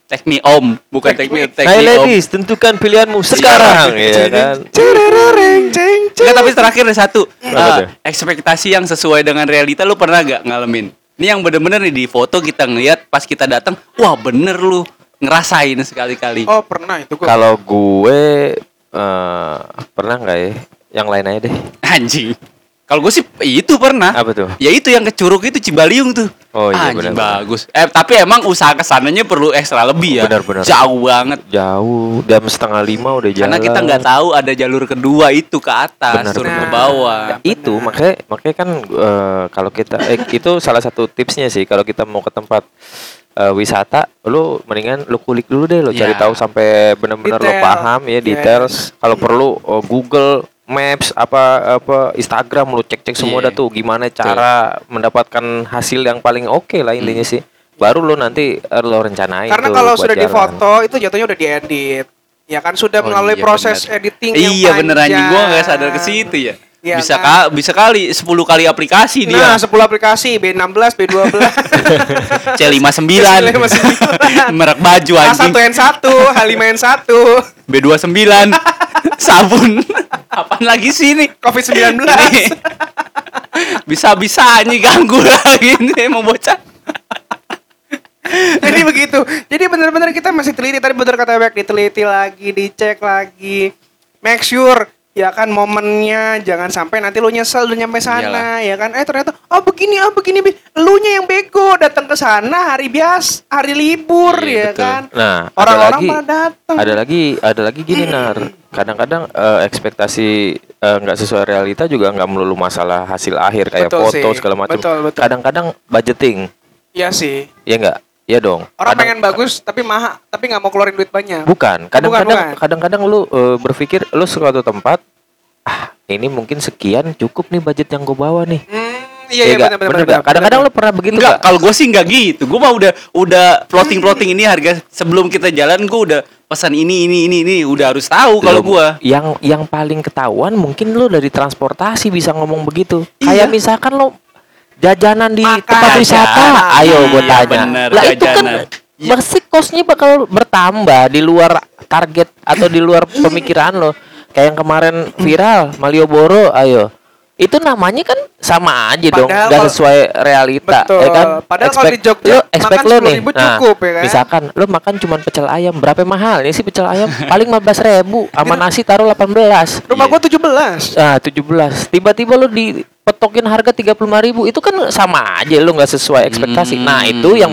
S1: Take me om, bukan take me, take me
S2: Hai
S1: om.
S2: ladies tentukan pilihanmu sekarang ya kan
S3: Cererereng, ceng ceng.
S1: Enggak, tapi terakhir ada satu.
S2: Apa
S1: Eh,
S2: tuh?
S1: ekspektasi yang sesuai dengan realita lu pernah gak ngalamin? Ini yang bener-bener nih di foto kita ngeliat pas kita datang, wah bener lu ngerasain sekali-kali.
S3: Oh, pernah Oh, itu gue.
S2: kalau gue eh eh, pernah nggak ya? Yang lain aja deh.
S1: Anjing. Kalau gue sih itu pernah.
S2: Apa tuh?
S1: Ya itu yang ke Curug itu Cibaliung tuh.
S2: Oh iya,
S1: Anjing,
S2: benar-benar.
S1: bagus. Eh tapi emang usaha kesananya perlu ekstra lebih ya.
S2: Benar-benar.
S1: Jauh banget.
S2: Jauh jam setengah lima udah jalan.
S1: Karena kita nggak tahu ada jalur kedua itu ke atas,
S2: Benar,
S1: turun ke
S3: benar.
S1: bawah.
S2: Nah,
S3: Iya,
S2: itu makanya makanya kan eh, kalau kita eh, itu salah satu tipsnya sih kalau kita mau ke tempat eh, wisata lu mendingan lu kulik dulu deh lu cari
S1: Ya.
S2: tahu sampai benar-benar lu
S3: Iya. Detail. Iya,
S2: paham ya
S3: Yes.
S2: details kalau perlu eh, Google Maps apa apa Instagram lu cek-cek semua
S1: Iya.
S2: dah tuh gimana cara
S3: Iya.
S2: mendapatkan hasil yang paling oke lah intinya sih baru lu nanti eh, lu rencanain
S3: Hmm. Karena
S2: tuh
S3: kalau
S2: buat
S3: sudah
S2: jalan.
S3: difoto itu jatuhnya udah diedit. Ya kan sudah
S1: Oh,
S3: melalui
S1: iya,
S3: proses
S1: benar.
S3: editing yang
S1: Iya bener anjing
S3: panjang.
S1: gua nggak sadar ke situ ya.
S3: Iya
S1: bisa
S3: kan?
S1: ka- bisa kali 10 kali aplikasi dia.
S3: Nah, 10 aplikasi B16, B12.
S1: C59.
S3: C59.
S1: Merek baju
S3: Nah,
S1: anjing.
S3: H1N1, H5N1,
S1: B29. Sabun. Apaan lagi sih ini?
S3: COVID-19.
S1: Bisa-bisa anjing ganggu lagi ini emang bocah.
S3: Jadi begitu. Jadi benar-benar kita masih teliti tadi benar kata Bek diteliti lagi, dicek lagi. Make sure ya kan momennya jangan sampai nanti lu nyesel udah nyampe sana ya kan eh ternyata oh begini oh begini lu nya yang bego datang ke sana hari bias hari libur
S1: Iya,
S3: ya
S1: betul.
S3: kan
S2: Nah, ada
S3: orang-orang
S2: lagi-
S3: pada datang
S2: Ada lagi, ada lagi gini nar. Kadang-kadang eh, ekspektasi eh, nggak sesuai realita juga nggak melulu masalah hasil akhir kayak
S3: Betul
S2: foto
S3: sih.
S2: segala macam.
S3: Betul, betul.
S2: Kadang-kadang budgeting,
S3: iya sih
S2: ya nggak? Ya dong.
S3: orang
S2: Kadang-
S3: pengen bagus tapi mahal tapi nggak mau keluarin duit banyak
S2: Bukan.
S3: Bukan,
S2: Kadang-kadang,
S3: bukan.
S2: kadang-kadang lu eh, berpikir lu suatu tempat, ah ini mungkin sekian cukup nih budget yang gue bawa nih.
S3: hmm, iya
S2: Ya
S3: iya
S2: nggak?
S3: benar benar
S2: Bener nggak? Kadang-kadang lu pernah begitu
S1: Enggak,
S2: nggak?
S1: kalau gue sih enggak gitu. Gue mah udah udah floating-floating ini harga sebelum kita jalan gue udah pesan ini ini ini ini udah harus tahu kalau
S2: Belum.
S1: gua.
S2: yang yang paling ketahuan mungkin lu dari transportasi bisa ngomong begitu
S1: Iya.
S2: kayak misalkan lo jajanan di
S3: Makan.
S2: tempat wisata
S1: Jajanan.
S2: ayo gue
S1: Iya,
S2: tanya
S1: bener,
S2: lah itu kan
S1: jajanan. Iya.
S2: pasti kosnya bakal bertambah di luar target atau di luar pemikiran lo kayak yang kemarin viral Malioboro ayo itu namanya kan sama aja dong
S3: Padahal
S2: gak
S3: kalau-
S2: sesuai realita ya
S3: Betul.
S2: kan
S3: Padahal kalau di Jogja
S2: lo
S3: makan
S2: expect lo nih Nah,
S3: 10.000 cukup, ya kan?
S2: misalkan kan lo makan cuman pecel ayam berapa mahalnya sih pecel ayam paling 15.000 ribu sama nasi taruh 18
S3: rumah
S1: Iya.
S3: gua 17
S2: ah 17 tiba-tiba lo dipetokin harga 35.000 ribu itu kan sama aja lo nggak sesuai ekspektasi
S1: Hmm,
S2: nah itu yang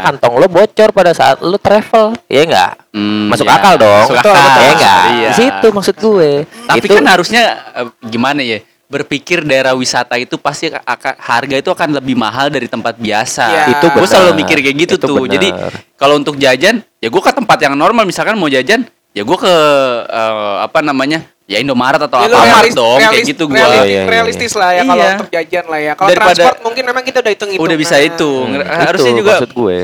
S1: ya.
S2: kantong lo bocor pada saat lo travel ya enggak
S1: Hmm,
S2: iya. masuk
S1: ya.
S2: akal dong
S1: Masuk
S3: Betul,
S1: akal.
S2: ya enggak
S1: Iya.
S2: Di situ maksud gue
S1: Tapi
S2: itu
S1: kan harusnya eh, gimana ya? Berpikir daerah wisata itu pasti akan harga itu akan lebih mahal dari tempat
S3: Iya.
S1: biasa.
S3: Itu
S1: Gue
S2: benar.
S1: selalu mikir kayak gitu
S2: Itu
S1: tuh.
S2: benar.
S1: Jadi kalau untuk jajan, ya gue ke tempat yang normal. Misalkan mau jajan, ya gue ke eh, apa namanya? Ya Indomaret atau
S3: Ya, lu
S1: Alfamart
S3: realis-
S1: dong, kayak
S3: realis-
S1: gitu gue.
S3: realistis,
S2: Iya, iya, iya.
S3: realistis lah ya kalau
S1: Iya.
S3: untuk jajan lah ya kalau
S1: Daripada-
S3: transport mungkin memang kita udah hitung hitung
S1: Udah bisa itu.
S2: Hmm,
S1: Harusnya
S2: itu
S1: juga
S2: maksud gue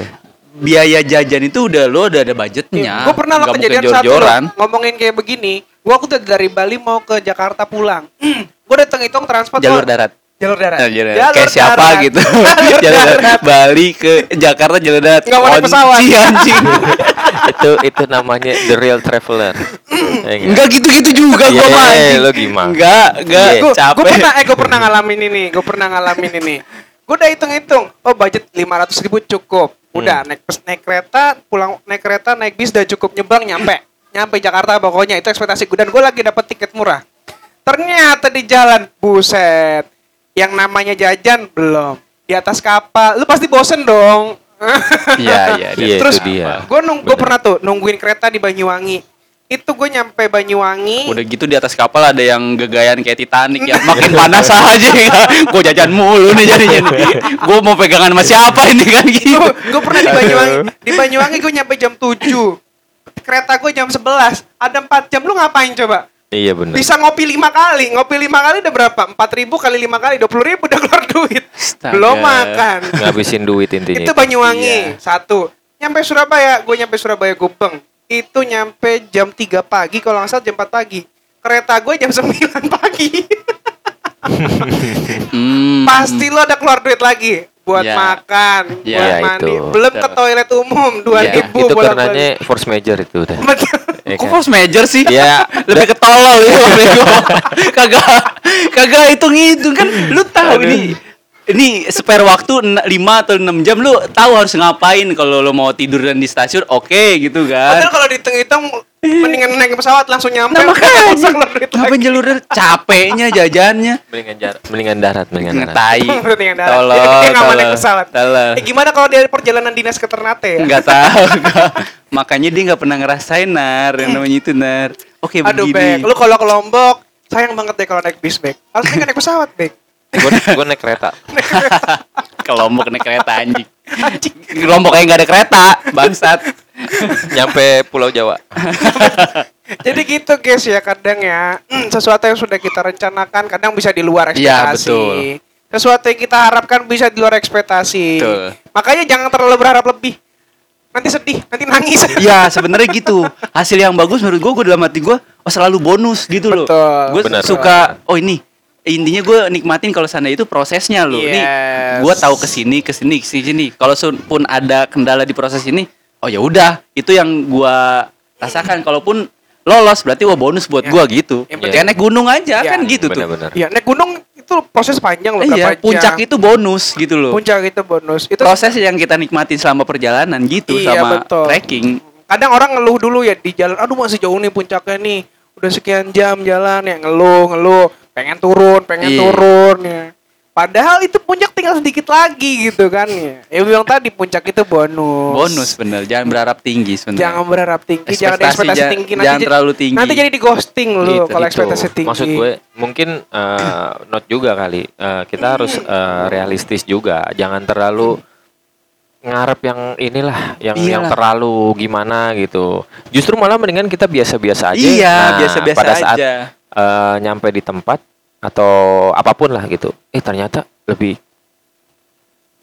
S1: biaya jajan itu udah lo udah ada budgetnya.
S3: Gue Iya. pernah lo
S1: Iya. Nggak mungkin
S3: kejadian satu loh,
S1: jor-joran.
S3: ngomongin kayak begini. Gue aku tuh dari Bali mau ke Jakarta pulang. gue dateng hitung transport
S1: Jalur darat.
S3: gua- Jalur darat.
S1: Nah, jalur darat. Kayak siapa
S3: darat.
S1: gitu.
S3: Jalur
S1: jalur darat.
S3: darat.
S1: Bali ke Jakarta jalur darat.
S3: Nggak mau naik
S1: Kunci,
S3: pesawat.
S1: anjing.
S2: itu itu namanya the real traveler
S1: Hmm.
S2: Ya nggak?
S1: Enggak gitu-gitu juga gua
S2: Yeay,
S1: mah. anjing.
S2: lo gimana?
S1: Enggak, enggak
S2: Yeay,
S3: Gue
S1: Iya, capek.
S3: pernah, eh gue pernah ngalamin ini. Gue pernah ngalamin ini. Gue udah hitung-hitung. Oh budget 500 ribu cukup. Udah naik pes- naik kereta, pulang naik kereta, naik bis udah cukup nyebrang nyampe. Nyampe Jakarta pokoknya itu ekspektasi gue dan gue lagi dapet tiket murah. Ternyata di jalan buset. Yang namanya jajan belum. Di atas kapal, lu pasti bosen dong.
S1: Iya, iya,
S2: Iya,
S1: iya.
S2: itu
S3: Terus
S2: dia.
S3: gue nung, gue pernah tuh nungguin kereta di Banyuwangi. Itu gue nyampe Banyuwangi.
S1: Udah gitu di atas kapal ada yang gegayan kayak Titanic ya. Makin panas aja ya. Gua jajan mulu nih jadinya. nih. Gua mau pegangan sama siapa ini kan gitu.
S3: gue pernah di Banyuwangi di Banyuwangi gue nyampe jam 7 kereta gue jam 11 ada 4 jam lu ngapain coba
S2: iya benar
S3: bisa ngopi lima kali ngopi lima kali udah berapa 4.000 ribu kali lima kali 20.000 ribu udah keluar duit
S1: Astaga.
S3: belum makan
S2: ngabisin duit intinya
S3: itu Banyuwangi
S1: Iya.
S3: satu nyampe Surabaya gue nyampe Surabaya Gubeng itu nyampe jam 3 pagi kalau nggak salah jam 4 pagi kereta gue jam 9 pagi
S1: Hmm.
S3: pasti lo ada keluar duit lagi buat
S1: Ya.
S3: makan
S1: Ya,
S3: buat
S2: Iya. itu. Iya,
S3: mandi belum ke toilet umum dua
S1: Ya,
S3: ribu
S2: itu
S3: bolak-balik.
S2: karenanya force major itu udah
S3: Betul.
S2: Ya
S1: Kok
S2: kan?
S1: force major sih?
S2: Ya,
S1: lebih ketolol ya bego. kagak kagak hitung-hitung kan lu tahu
S2: Aduh.
S1: ini ini spare waktu 5 atau 6 jam lu tahu harus ngapain kalau lu mau tidur dan di stasiun oke gitu
S3: Padahal
S1: kan.
S3: kalau dihitung-hitung mendingan naik pesawat langsung nyampe.
S1: Iya. Nah
S3: Nggak usah
S1: makanya
S3: keluar duit
S1: ngapain
S3: lagi.
S1: jalur darat? capeknya jajannya.
S2: mendingan jar- mendingan darat mendingan darat
S1: Ngetai.
S3: Mendingan darat.
S1: Tolol.
S3: kan, Dia nggak mau naik
S1: tolol,
S3: pesawat.
S1: Tolol.
S3: Eh gimana kalau dia perjalanan dinas ke Ternate ya?
S1: Enggak tahu. gua. Makanya dia nggak pernah ngerasain nar yang namanya itu nar. Oke
S3: Eh. Aduh,
S1: begini.
S3: Bek. Lu kalau ke Lombok, sayang banget deh kalau naik bis, Bek. Harusnya nggak naik pesawat, Bek.
S2: gue naik kereta
S1: Ke Lombok naik kereta anjing. Lombok kayak nggak ada kereta, bangsat.
S2: nyampe Pulau Jawa
S3: Jadi gitu, guys, ya kadang ya. hmm, sesuatu yang sudah kita rencanakan kadang bisa di luar
S1: Iya,
S3: ekspektasi.
S1: betul.
S3: Sesuatu yang kita harapkan bisa di luar ekspektasi.
S1: Betul.
S3: Makanya jangan terlalu berharap lebih. Nanti sedih, nanti nangis.
S1: Iya sebenarnya gitu hasil yang bagus menurut gue gue dalam hati gue oh selalu bonus gitu loh
S3: Betul.
S1: gue
S2: Benar.
S1: suka oh ini intinya gue nikmatin kalau sana itu prosesnya loh ini
S3: Yes.
S1: gue tahu kesini kesini kesini kalau sun- pun ada kendala di proses ini oh ya udah itu yang gue rasakan kalaupun lolos berarti wah bonus buat
S3: Ya.
S1: gue gitu
S3: Yang
S1: ya naik gunung aja
S3: Ya.
S1: kan gitu tuh
S2: benar-benar
S3: Iya, naik gunung itu proses panjang loh,
S1: iya
S3: berapa
S1: puncak
S3: jam.
S1: itu bonus gitu loh
S3: Puncak itu bonus. Itu
S1: proses yang kita nikmatin selama perjalanan gitu
S3: Iya,
S1: sama
S3: betul.
S1: trekking
S3: kadang orang ngeluh dulu ya di jalan aduh masih jauh nih puncaknya nih udah sekian jam jalan ya ngeluh ngeluh pengen turun pengen
S1: Iya.
S3: turun ya padahal itu puncak tinggal sedikit lagi gitu kan ya ya bilang tadi puncak itu bonus
S1: bonus bener jangan berharap tinggi sebenarnya
S3: jangan berharap tinggi jangan ada
S1: Ekspektasi
S3: ekspektasi
S1: ja-
S3: tinggi
S1: jangan
S3: jadi-
S1: terlalu tinggi.
S3: nanti jadi di ghosting lu
S1: Gitu,
S3: kalau
S1: gitu.
S3: ekspektasi tinggi
S2: Maksud gue mungkin eh, not juga kali. Eh, kita harus eh, realistis juga. Jangan terlalu ngarep yang inilah, yang yang
S1: Iyalah.
S2: terlalu gimana gitu. Justru malah mendingan kita biasa-biasa aja.
S1: Iya,
S2: Nah,
S1: biasa-biasa
S2: pada saat,
S1: aja.
S2: eh, nyampe di tempat atau apapun lah gitu. Eh ternyata lebih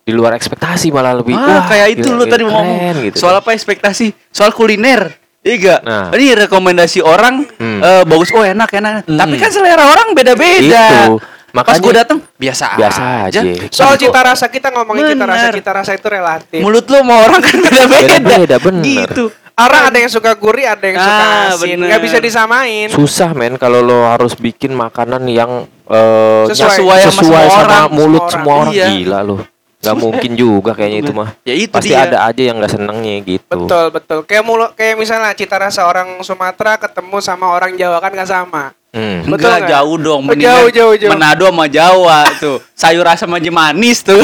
S2: di luar ekspektasi malah lebih.
S1: Wah,
S2: wah,
S1: Ah, oh, kayak itu
S2: gila,
S1: lu
S2: gila,
S1: tadi mau
S2: keren
S1: ngomong
S2: gitu.
S1: soal apa ekspektasi soal kuliner iya gak?
S2: Nah.
S1: ini rekomendasi orang
S2: Hmm.
S1: eh, bagus oh enak enak
S2: Hmm.
S1: tapi kan selera orang beda beda
S2: Itu.
S1: pas
S2: Makanya-
S1: gue datang biasa
S2: biasa aja.
S3: soal cita rasa kita ngomongin cita rasa
S1: Bener.
S3: cita rasa itu relatif
S1: mulut lu sama orang kan beda beda
S2: Beda-beda, bener.
S1: gitu
S3: orang ada yang suka gurih ada yang suka
S1: Ah,
S3: asin
S1: bener.
S3: nggak bisa disamain
S2: susah men kalau lo harus bikin makanan yang eh, sesuai,
S3: Sesuai.
S1: Sesuai sama semua
S2: sama
S1: orang,
S2: mulut
S3: semua
S2: semua
S1: orang.
S2: orang
S1: Iya.
S2: gila lo nggak mungkin juga kayaknya itu mah
S1: Ya itu
S2: pasti
S1: dia.
S2: ada aja yang nggak senengnya gitu
S3: Betul, betul. Kayak mulu kayak misalnya cita rasa orang Sumatera ketemu sama orang Jawa kan nggak sama.
S2: Hmm.
S3: Betul
S1: Enggak,
S3: nggak?
S1: jauh dong
S3: Oh,
S1: mendingan
S3: jauh, jauh, jauh.
S1: Manado sama Jawa tuh sayur asam aja manis tuh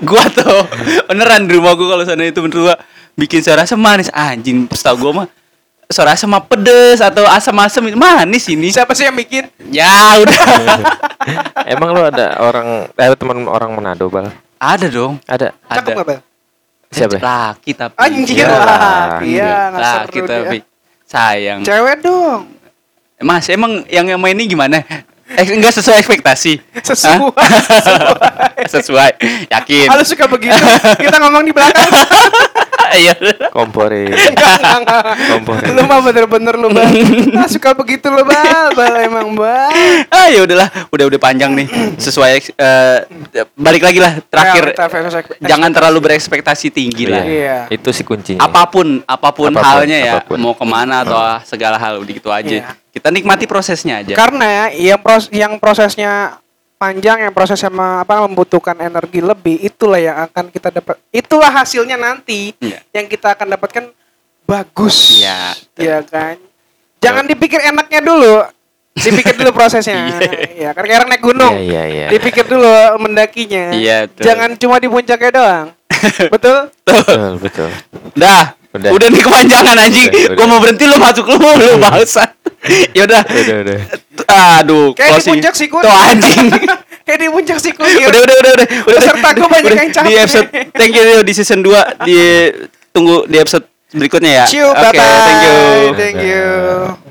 S1: gua tuh beneran di rumah gua kalau sana itu menurut gua bikin sayur asam manis anjing setahu gua mah sayur asam mah pedes atau asam-asam itu manis ini
S3: Siapa sih yang bikin?
S1: ya udah
S2: emang lo ada orang ada teman orang Manado bal
S1: ada dong
S2: ada
S3: Cakep nggak,
S1: ada
S3: Bel?
S2: siapa
S1: laki tapi
S3: Anjir
S2: Iya,
S3: lah. Iya, nggak
S1: laki
S3: seru dia.
S1: tapi sayang
S3: Cewek dong.
S1: mas emang yang yang main ini gimana Eh, enggak sesuai ekspektasi
S3: Sesuai.
S1: Hah? sesuai yakin
S3: Kalau suka begitu, kita ngomong di belakang.
S1: Iya.
S2: kompori
S3: Nggak, nggak, nggak.
S2: Komponen.
S3: Lu mah bener-bener lu, Bal. Nah, suka begitu lu, Bal. Bal emang, Bal.
S1: ah ya udahlah, udah udah panjang nih. Sesuai eh, balik lagi lah terakhir.
S3: Real, real, real, real.
S1: jangan terlalu berekspektasi tinggi lah.
S3: Iya.
S2: itu sih kuncinya
S1: Apapun, apapun
S2: Apapun,
S1: halnya ya,
S2: apapun. Iya.
S1: mau kemana atau segala hal udah gitu aja.
S3: Iya.
S1: Kita nikmati prosesnya aja.
S3: Karena yang pros yang prosesnya panjang, yang prosesnya me- apa membutuhkan energi lebih, itulah yang akan kita dapat. Itulah hasilnya nanti
S1: Iya.
S3: yang kita akan dapatkan bagus.
S1: Iya, betul.
S3: Iya kan? Jangan dipikir enaknya dulu. Dipikir dulu prosesnya. Iya, kan kayak orang naik gunung.
S2: Iya, iya, iya.
S3: Dipikir dulu mendakinya.
S1: Iya, betul.
S3: Jangan cuma di puncaknya doang. Betul?
S2: betul betul
S1: Dah. Udah.
S2: Iya. Udah.
S1: nih kepanjangan anjing.
S2: Udah, udah.
S1: Gua mau berhenti lu masuk lu lu bangsa. ya udah.
S2: udah udah
S1: Aduh,
S3: Kayak di
S1: closing.
S3: puncak sih, Kun.
S1: Tuh anjing.
S3: kayak di puncak sih
S1: udah udah udah udah udah
S3: Peserta gua banyak
S1: udah,
S3: yang capek.
S1: di episode thank you Rio, di season 2 di tunggu di episode berikutnya ya
S3: Cium,
S1: oke
S3: bye-bye.
S1: thank you
S3: Thank you.